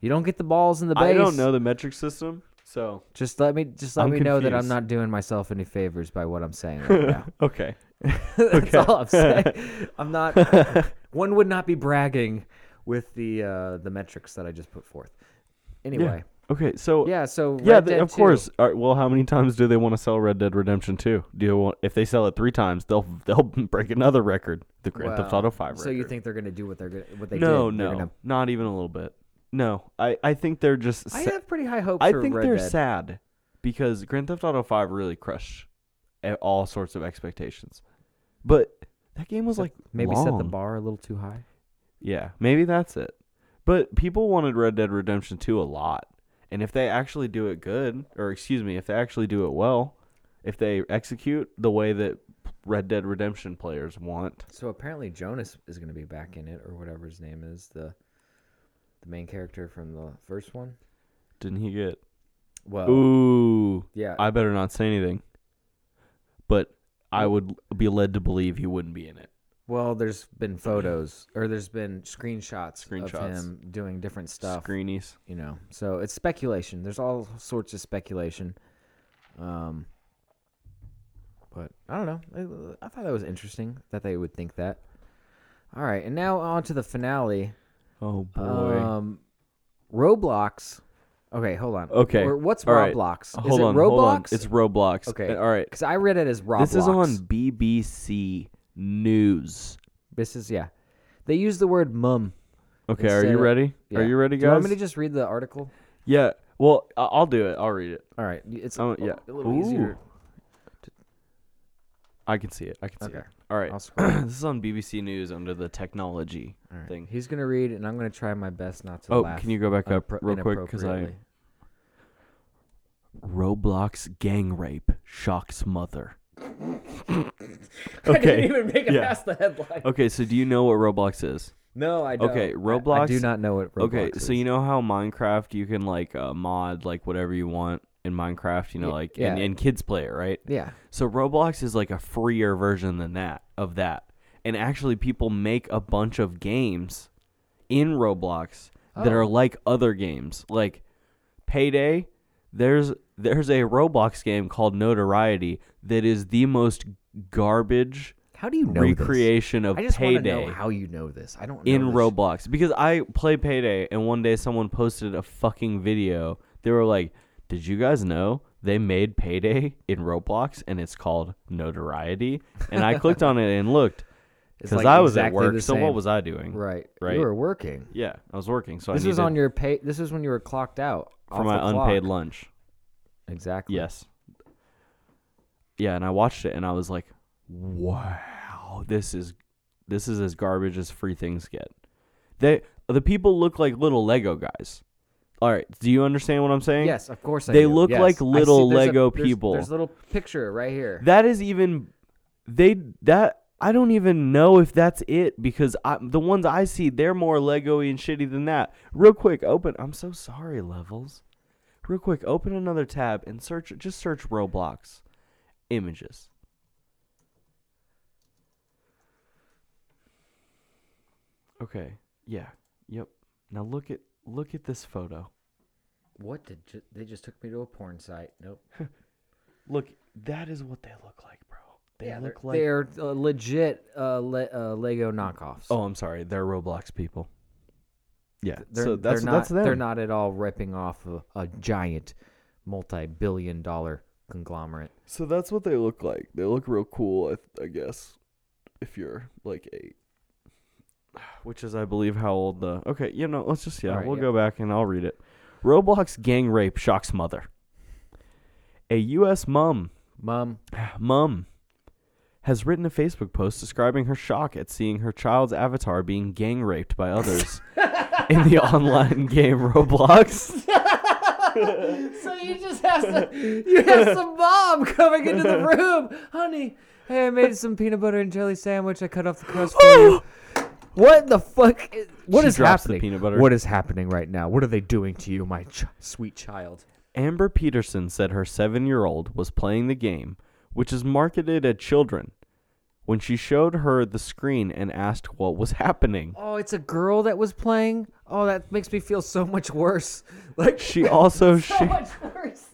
S2: You don't get the balls in the base.
S3: I don't know the metric system, so
S2: Just let me just let
S3: I'm
S2: me know that I'm
S3: confused.
S2: not doing myself any favors by what I'm saying right now.
S3: okay.
S2: That's all I'm saying. I'm not. one would not be bragging with the uh, the metrics that I just put forth. Anyway,
S3: Okay, so
S2: yeah. so
S3: yeah,
S2: Red
S3: they-
S2: Dead
S3: of
S2: 2,
S3: course. All right, well, how many times do they want to sell Red Dead Redemption 2? Do you want, if they sell it 3 times, they'll they'll break another record, the Grand Theft
S2: well,
S3: Auto 5 record.
S2: So you think they're gonna do what they're gonna what they
S3: No,
S2: did? They're
S3: no.
S2: gonna-
S3: Not even a little bit. No. I I think they're just
S2: I
S3: sa-
S2: have pretty high hopes.
S3: I
S2: for
S3: think
S2: Red
S3: they're
S2: Dead.
S3: sad because Grand Theft Auto 5 really crushed a- all sorts of expectations. But that game was like
S2: Maybe set the
S3: long.
S2: bar a little too high.
S3: Yeah, maybe that's it. But people wanted Red Dead Redemption 2 a lot. And if they actually do it good, or excuse me, if they actually do it well, if they execute the way that Red Dead Redemption players want,
S2: So apparently Jonas is gonna be back in it or whatever his name is the the main character from the first one.
S3: didn't he get uh,
S2: Well,
S3: Ooh.
S2: yeah.
S3: I better not say anything. But I would be led to believe he wouldn't be in it.
S2: well, there's been photos or there's been screenshots, of
S3: Screenshots.
S2: him doing different stuff.
S3: Screenies.
S2: you know so it's speculation there's all sorts of speculation um but i don't know i, I thought that was interesting that they would think that all right and now on to the finale
S3: Oh boy.
S2: um roblox okay hold on
S3: Okay,
S2: or what's
S3: all right.
S2: roblox is
S3: hold
S2: it
S3: on,
S2: roblox
S3: hold on. It's Roblox. Uh,
S2: okay
S3: All right.
S2: because i read it as roblox
S3: This is on BBC News.
S2: this is yeah they use the word mum
S3: Okay,
S2: Instead
S3: are you
S2: of-
S3: ready?
S2: Yeah.
S3: Are you ready,
S2: do you
S3: guys?
S2: want me to just read the article
S3: Yeah. Well, I- I'll do it. I'll read it.
S2: all right it's
S3: Oh,
S2: a,
S3: yeah.
S2: a little easier
S3: I can see it. I can see
S2: Okay.
S3: it. All right.
S2: I'll scroll.
S3: this is on BBC News under the technology
S2: All right.
S3: thing.
S2: He's gonna read, and I'm gonna try my best not to
S3: Oh,
S2: laugh.
S3: can you go back up
S2: appro-
S3: real quick? Because I
S2: inappropriately.
S3: Roblox gang rape shocks mother.
S2: I didn't
S3: okay.
S2: even make it
S3: Yeah.
S2: past the headline.
S3: Okay. So do you know what Roblox is?
S2: No, I don't.
S3: Okay,
S2: I- I,
S3: Roblox-
S2: do not know what Roblox
S3: okay.
S2: is.
S3: So you know how Minecraft you can like uh, mod like whatever you want in Minecraft. You know,
S2: Ye-
S3: like
S2: yeah.
S3: and, and kids play it, right?
S2: yeah,
S3: So Roblox is like a freer version than that of that. And actually people make a bunch of games in Roblox that
S2: Oh.
S3: are like other games. Like Payday, there's there's a Roblox game called Notoriety that is the most garbage
S2: how do you know
S3: recreation
S2: This?
S3: of
S2: I just wanna
S3: Payday
S2: know how you know this. I don't. Know
S3: in
S2: this.
S3: Roblox because I play Payday and one day someone posted a fucking video. They were like, "Did you guys know they made Payday in Roblox and it's called Notoriety?" And I clicked on it and looked
S2: It's
S3: because
S2: like
S3: I was
S2: exactly
S3: at
S2: the
S3: work. So
S2: same.
S3: what was I doing?
S2: Right,
S3: Right.
S2: You were working.
S3: Yeah, I was working. So
S2: This
S3: I
S2: was
S3: needed
S2: on your pay. This is when you were clocked out
S3: for
S2: off
S3: my
S2: the
S3: unpaid
S2: clock.
S3: lunch.
S2: Exactly.
S3: Yes. Yeah, and I watched it and I was like, "Wow, this is this is as garbage as free things get." They the people look like little Lego guys. All right, do you understand what I'm saying?
S2: Yes, of course. I
S3: They
S2: do.
S3: look
S2: Yes.
S3: like
S2: I see-
S3: little
S2: there's a-
S3: Lego
S2: there's-
S3: people.
S2: There's a little picture right here.
S3: That is even they that I don't even know if that's it because I, the ones I see, they're more Lego-y and shitty than that. Real quick, open. I'm so sorry, levels. Real quick, open another tab and search. Just search Roblox images. Okay. Yeah. Yep. Now look at look at this photo.
S2: What did ju- they just took me to a porn site? Nope.
S3: Look, that is what they look like, bro. They
S2: yeah,
S3: look
S2: they're,
S3: like
S2: they're uh, legit uh, le- uh, Lego knockoffs.
S3: Oh, I'm sorry. They're Roblox people. Yeah.
S2: they're,
S3: so that's
S2: they're not,
S3: that's them.
S2: They're not at all ripping off a, a giant, multi-billion-dollar conglomerate.
S3: So that's what they look like. They look real cool, I, I guess, if you're like eight. Which is, I believe, how old the. Okay, you know, let's just, yeah,
S2: All right,
S3: we'll
S2: yeah.
S3: go back and I'll read it. Roblox gang rape shocks mother. A U.S. mom
S2: Mom,
S3: Mum has written a Facebook post describing her shock at seeing her child's avatar being gang raped by others in the online game Roblox.
S2: So you just have some, you have some mom coming into the room, honey. Hey, I made some peanut butter and jelly sandwich. I cut off the crust for you. What the fuck? Is, what
S3: She
S2: is
S3: drops the
S2: happening?
S3: peanut butter.
S2: What is happening right now? What are they doing to you, my ch- sweet child?
S3: Amber Peterson said her seven year old was playing the game, which is marketed at children, when she showed her the screen and asked what was happening.
S2: Oh, it's a girl that was playing. Oh, that makes me feel so much worse. Like
S3: She also sh-
S2: much worse.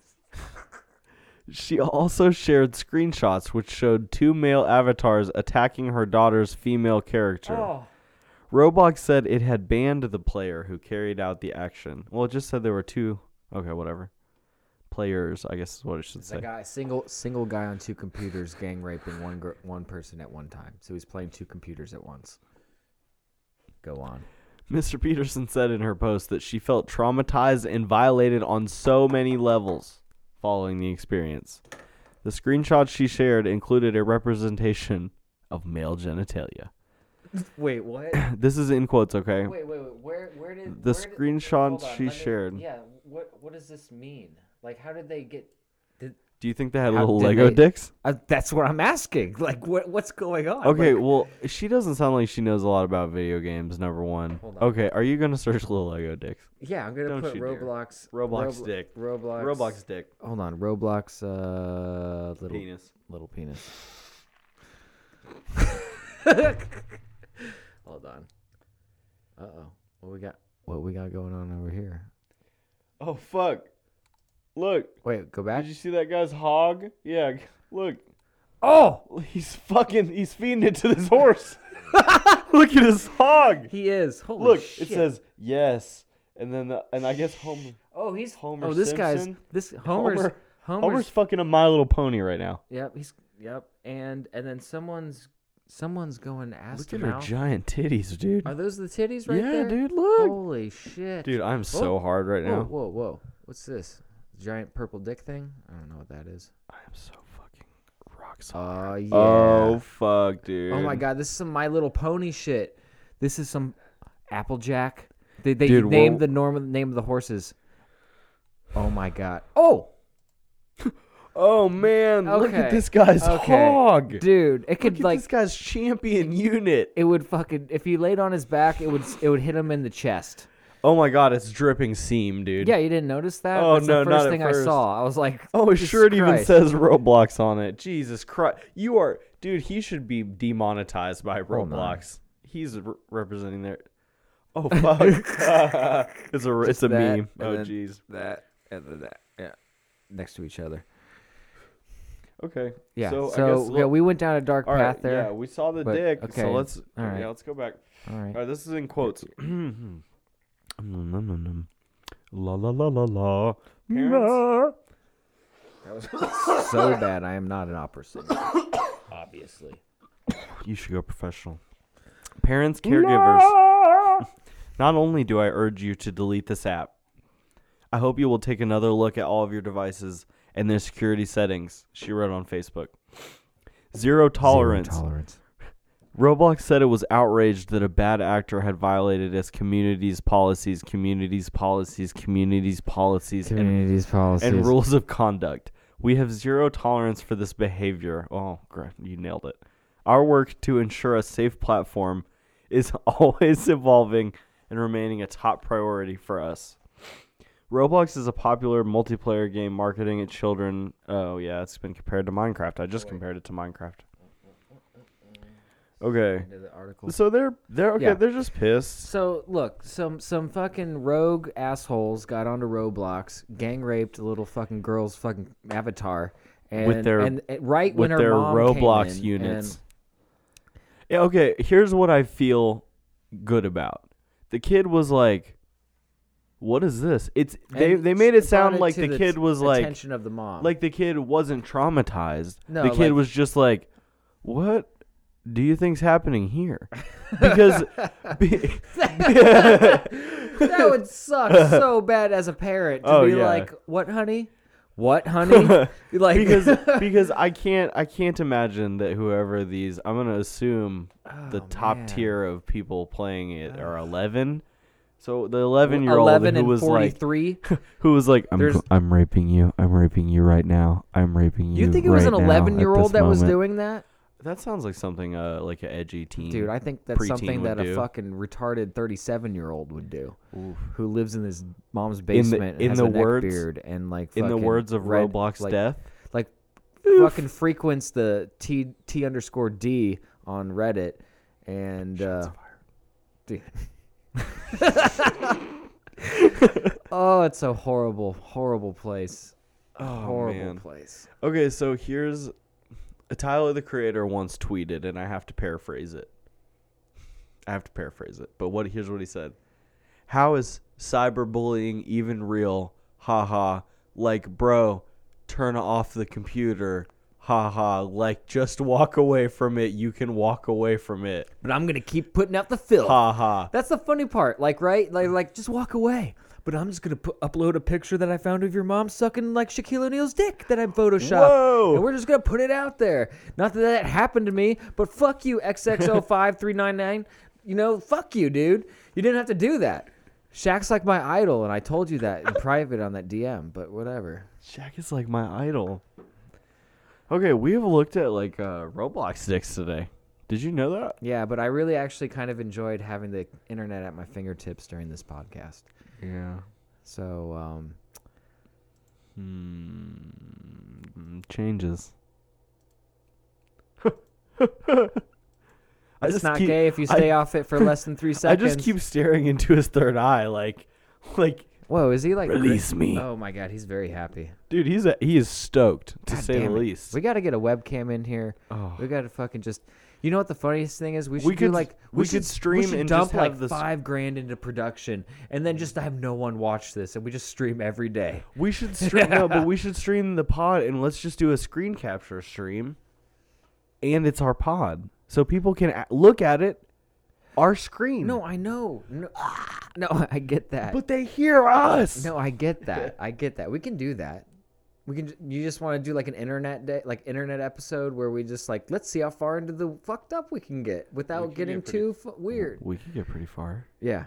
S3: She also shared screenshots which showed two male avatars attacking her daughter's female character.
S2: Oh.
S3: Roblox said it had banned the player who carried out the action. Well, it just said there were two. Okay, whatever. Players, I guess is what it should
S2: It's a
S3: say.
S2: guy, single single guy on two computers, gang raping one gr- one person at one time. So he's playing two computers at once. Go on.
S3: Mr. Peterson said in her post that she felt traumatized and violated on so many levels following the experience. The screenshots she shared included a representation of male genitalia.
S2: Wait, what?
S3: This is in quotes, okay?
S2: wait, wait, wait. Where, where did
S3: The
S2: where did-
S3: screenshots
S2: hold on,
S3: she
S2: let me-
S3: shared.
S2: Yeah. What What does this mean? Like, how did they get? Did,
S3: Do you think they had
S2: How
S3: little
S2: did
S3: Lego
S2: they-
S3: dicks?
S2: uh, that's what I'm asking. Like, what What's going on?
S3: Okay,
S2: Like,
S3: well, she doesn't sound like she knows a lot about video games. Number one.
S2: Hold on.
S3: Okay, are you gonna search little Lego dicks?
S2: yeah, I'm gonna
S3: don't
S2: put
S3: you dare.
S2: Roblox.
S3: Roblox
S2: Robl-
S3: dick.
S2: Roblox.
S3: Roblox dick.
S2: Hold on, Roblox. Uh, little
S3: Penis.
S2: little penis. Hold on. Uh oh. What we got? What we got going on over here?
S3: Oh fuck! Look,
S2: Wait, go back.
S3: did you see that guy's hog? Yeah, g- look,
S2: Oh,
S3: he's fucking, he's feeding it to this horse. look at his hog.
S2: he is. Holy
S3: Look,
S2: shit.
S3: it says yes, and then the, and I guess Homer.
S2: Oh, he's
S3: Homer
S2: Oh, this guy's
S3: Simpson.
S2: this Homer's
S3: Homer-
S2: Homer's.
S3: Homer's fucking a My Little Pony right now.
S2: Yep, he's yep, and and then someone's someone's going ass
S3: Look
S2: to
S3: at her
S2: mouth.
S3: giant titties, dude.
S2: Are those the titties right
S3: yeah,
S2: there?
S3: dude, look.
S2: Holy shit.
S3: Dude, I'm so hard right
S2: Whoa,
S3: now.
S2: whoa, whoa. What's this? Giant purple dick thing? I don't know what that is.
S3: I'm so fucking rock solid.
S2: Oh yeah.
S3: Oh fuck, dude.
S2: Oh my god, this is some My Little Pony shit. This is some Applejack. They they
S3: Dude,
S2: named
S3: we're-
S2: the norm name of the horses. Oh my god. Oh,
S3: Oh man, look
S2: Okay.
S3: at this guy's
S2: Okay.
S3: hog. Look
S2: dude, it could
S3: at
S2: like
S3: this guy's champion unit.
S2: it would fucking if he laid on his back, it would it would hit him in the chest.
S3: Oh my god, it's dripping seam, dude.
S2: Yeah, you didn't notice that.
S3: Oh,
S2: That's
S3: no,
S2: the
S3: not
S2: first
S3: at
S2: thing I
S3: first.
S2: saw. I was like,
S3: Oh, his
S2: Jesus
S3: shirt even
S2: Christ.
S3: says Roblox on it. Jesus Christ, you are, dude. He should be demonetized by
S2: Hold on.
S3: Roblox. He's re- representing their. Oh fuck! it's a it's a
S2: that,
S3: meme.
S2: and
S3: Oh
S2: then-
S3: jeez.
S2: that and then that. Yeah, next to each other.
S3: Okay.
S2: Yeah. So,
S3: So, I guess,
S2: yeah,
S3: look-
S2: we went down a dark
S3: all
S2: path
S3: right,
S2: there.
S3: Yeah, we saw the
S2: but-
S3: dick.
S2: okay,
S3: So let's
S2: all right.
S3: yeah, let's go back.
S2: All right.
S3: All right, this is in quotes. Nom, nom, nom, nom. La la la la la. Parents,
S2: so bad. I am not an opera singer. Obviously.
S3: you should go professional. Parents, caregivers. Not only do I urge you to delete this app, I hope you will take another look at all of your devices and their security settings. She wrote on Facebook. Zero tolerance.
S2: Tolerance.
S3: Roblox said it was outraged that a bad actor had violated its community's policies, communities policies, communities policies, and
S2: Communities policies.
S3: and rules of conduct. We have zero tolerance for this behavior. Oh, great. You nailed it. Our work to ensure a safe platform is always evolving and remaining a top priority for us. Roblox is a popular multiplayer game marketing at children. Oh yeah, it's been compared to Minecraft. I just compared it to Minecraft. Okay.
S2: The article.
S3: So they're they're okay,
S2: Yeah.
S3: they're just pissed.
S2: So look, some some fucking rogue assholes got onto Roblox, gang raped a little fucking girl's fucking avatar, and
S3: their-
S2: and, and right when her
S3: with their
S2: mom came
S3: Roblox
S2: in
S3: units. Yeah, okay, here's what I feel good about. The kid was like what is this? It's
S2: and-
S3: they
S2: and
S3: they made it
S2: brought
S3: sound like
S2: to
S3: the kid
S2: t-
S3: was like
S2: attention of the mom.
S3: like the kid wasn't traumatized.
S2: No,
S3: the kid
S2: like-
S3: was just like, "What do you think's happening here?" Because be-
S2: that would suck so bad as a parent to
S3: Oh,
S2: be
S3: yeah.
S2: like, "What, honey? What, honey?" like
S3: because because I can't I can't imagine that whoever these I'm gonna assume the top
S2: Oh, man.
S3: tier of people playing it are 11. So the 11 year old
S2: eleven
S3: who
S2: and
S3: was like
S2: forty-three.
S3: who was like I'm
S2: There's-
S3: I'm raping you I'm raping you right now I'm raping you.
S2: you think it was
S3: right
S2: an
S3: now at
S2: eleven-year-old
S3: this
S2: that was
S3: moment."
S2: doing that?
S3: That sounds like something uh like an edgy teen.
S2: Dude, I think that's
S3: preteen
S2: something
S3: would
S2: that a
S3: do.
S2: fucking retarded 37 year old would do,
S3: Oof.
S2: who lives in his mom's
S3: In the-
S2: basement and
S3: in
S2: has
S3: the
S2: a neck
S3: words-
S2: beard and like
S3: in the
S2: fucking
S3: words of
S2: red-
S3: Roblox
S2: like,
S3: death.
S2: like fucking frequents the t t underscore d on Reddit and uh, dude. oh, it's a horrible, horrible place. horrible
S3: Oh, man.
S2: place.
S3: Okay, so here's Tyler the Creator once tweeted, and I have to paraphrase it. I have to paraphrase it, but what here's what he said: How is cyberbullying even real? Ha ha! Like, bro, turn off the computer. Ha ha! Like, just walk away from it. You can walk away from it.
S2: But I'm gonna keep putting out the filth.
S3: Ha ha!
S2: That's the funny part. Like, right? Like, like just walk away. But I'm just gonna put, upload a picture that I found of your mom sucking like Shaquille O'Neal's dick that I photoshopped,
S3: Whoa.
S2: and we're just gonna put it out there. Not that that happened to me, but fuck you, XXO5399. you know, fuck you, dude. You didn't have to do that. Shaq's like my idol, and I told you that in private on that DM. But whatever.
S3: Jack is like my idol. Okay, we have looked at like uh, Roblox sticks today. Did you know that?
S2: Yeah, but I really actually kind of enjoyed having the internet at my fingertips during this podcast.
S3: Yeah.
S2: So, um,
S3: Hmm. Changes. I
S2: it's
S3: just
S2: not
S3: keep-
S2: gay if you
S3: I-
S2: stay off it for less than three
S3: I
S2: seconds.
S3: just keep staring into his third eye, like, like,
S2: Whoa, is he like gri-
S3: release me,
S2: Oh my god, he's very happy.
S3: dude. He's a, he is stoked to
S2: God
S3: say the
S2: damn it.
S3: least.
S2: We got to get a webcam in here.
S3: Oh.
S2: We got to fucking just. You know what the funniest thing is? We should
S3: We
S2: do
S3: could-
S2: like
S3: we could
S2: should,
S3: stream
S2: we should
S3: and
S2: dump
S3: just have
S2: like
S3: this-
S2: five grand into production, and then just have no one watch this, and we just stream every day.
S3: We should stream no, but we should stream the pod and let's just do a screen capture stream. And it's our pod. So people can a- look at it our screen.
S2: No, I know. No, no I get that.
S3: but they hear us.
S2: No, I get that. I get that. We can do that. We can. ju- You just want to do like an internet day, like internet episode where we just like let's see how far into the fucked up we can get without getting too fu- weird.
S3: We could get pretty far.
S2: Yeah.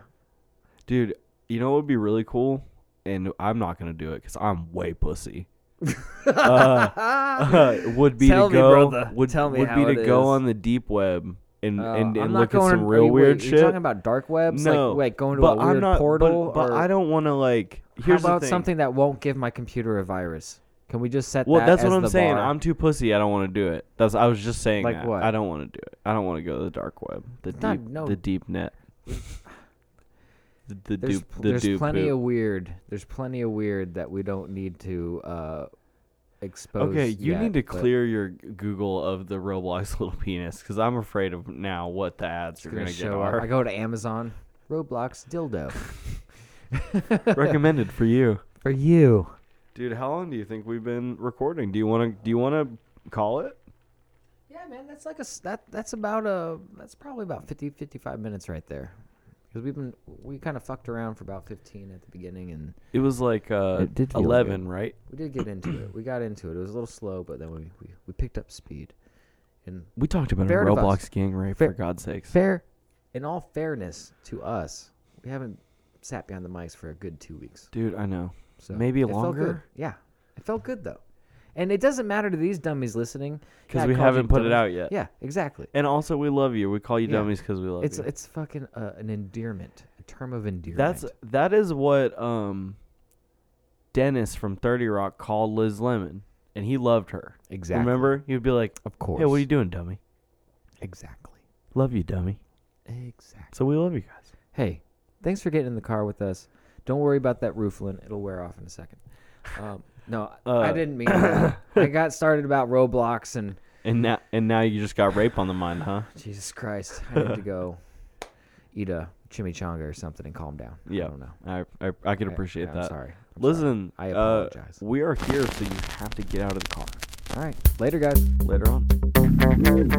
S3: Dude, you know what would be really cool? And I'm not going to do it cuz I'm way pussy. uh, uh, would be
S2: Tell
S3: to
S2: me,
S3: go
S2: brother.
S3: would,
S2: Tell me
S3: would
S2: how
S3: be to
S2: it
S3: go
S2: is.
S3: on the deep web and
S2: Uh,
S3: and,
S2: I'm
S3: and
S2: not
S3: look at
S2: going-
S3: some
S2: are
S3: real
S2: you- wait,
S3: weird
S2: you're
S3: shit.
S2: talking about dark webs,
S3: no,
S2: like like going to
S3: but
S2: a weird
S3: I'm not, but-
S2: portal.
S3: But,
S2: or,
S3: I don't want to like. Here's
S2: how about
S3: the thing.
S2: something that won't give my computer a virus? Can we just set
S3: Well,
S2: that?
S3: that's
S2: as
S3: what I'm
S2: the
S3: saying.
S2: bar?
S3: I'm too pussy. I don't want to do it. That's. I was just saying.
S2: Like
S3: that.
S2: what?
S3: I don't want to do it. I don't want to go to the dark web. The
S2: not-
S3: deep.
S2: no.
S3: The deep net. the the
S2: There's,
S3: dupe.
S2: pl-
S3: The
S2: there's
S3: dupe
S2: plenty
S3: poop.
S2: of weird. There's plenty of weird that we don't need to uh, expose.
S3: Okay, you
S2: yet,
S3: need to
S2: but
S3: clear your Google of the Roblox little penis because I'm afraid of now what the ads are
S2: it's gonna
S3: going to get
S2: show up. I
S3: are.
S2: go to Amazon. Roblox dildo
S3: Recommended for you,
S2: for you.
S3: dude. How long do you think we've been recording? Do you want to? Do you want to call it?
S2: Yeah, man, that's like a s- that that's about a that's probably about 50 55 minutes right there. Cuz we've been we kind of fucked around for about 15 at the beginning and
S3: It was like uh,
S2: It did feel good.
S3: eleven, right?
S2: we did get into it. We got into it. It was a little slow, but then we we, we picked up speed. And
S3: We talked about
S2: Fair
S3: a
S2: to us.
S3: Roblox gang rape,
S2: Fair-
S3: for God's sakes.
S2: fair in all fairness to us, we haven't sat behind the mics for a good 2 weeks.
S3: Dude, I know.
S2: So
S3: Maybe
S2: it felt good.
S3: longer?
S2: Yeah. It felt good though. And it doesn't matter to these dummies listening
S3: because
S2: Yeah, I
S3: we
S2: called you
S3: haven't put it
S2: dummy.
S3: out yet.
S2: Yeah, exactly.
S3: And also, we love you. We call you
S2: Yeah.
S3: dummies because we love
S2: It's
S3: you.
S2: it's fucking uh, an endearment, a term of endearment.
S3: That's that is what um, Dennis from Thirty Rock called Liz Lemon, and he loved her.
S2: exactly.
S3: Remember, he'd be like,
S2: Of course.
S3: "Hey, what are you doing, dummy?
S2: Exactly.
S3: Love you, dummy."
S2: Exactly.
S3: So we love you guys.
S2: Hey, thanks for getting in the car with us. Don't worry about that roofline; it'll wear off in a second. Um, no, I
S3: Uh,
S2: didn't mean that. I got started about Roblox and
S3: And now, and now you just got rape on the mind, huh?
S2: Jesus Christ, I need to go eat a chimichanga or something and calm down.
S3: Yeah.
S2: I don't know.
S3: I I, I can
S2: I-
S3: appreciate
S2: I'm
S3: that.
S2: sorry. I'm sorry.
S3: Listen,
S2: I
S3: uh,
S2: apologize.
S3: we are here, so you have to get out of the car
S2: All right. Later, guys.
S3: later on.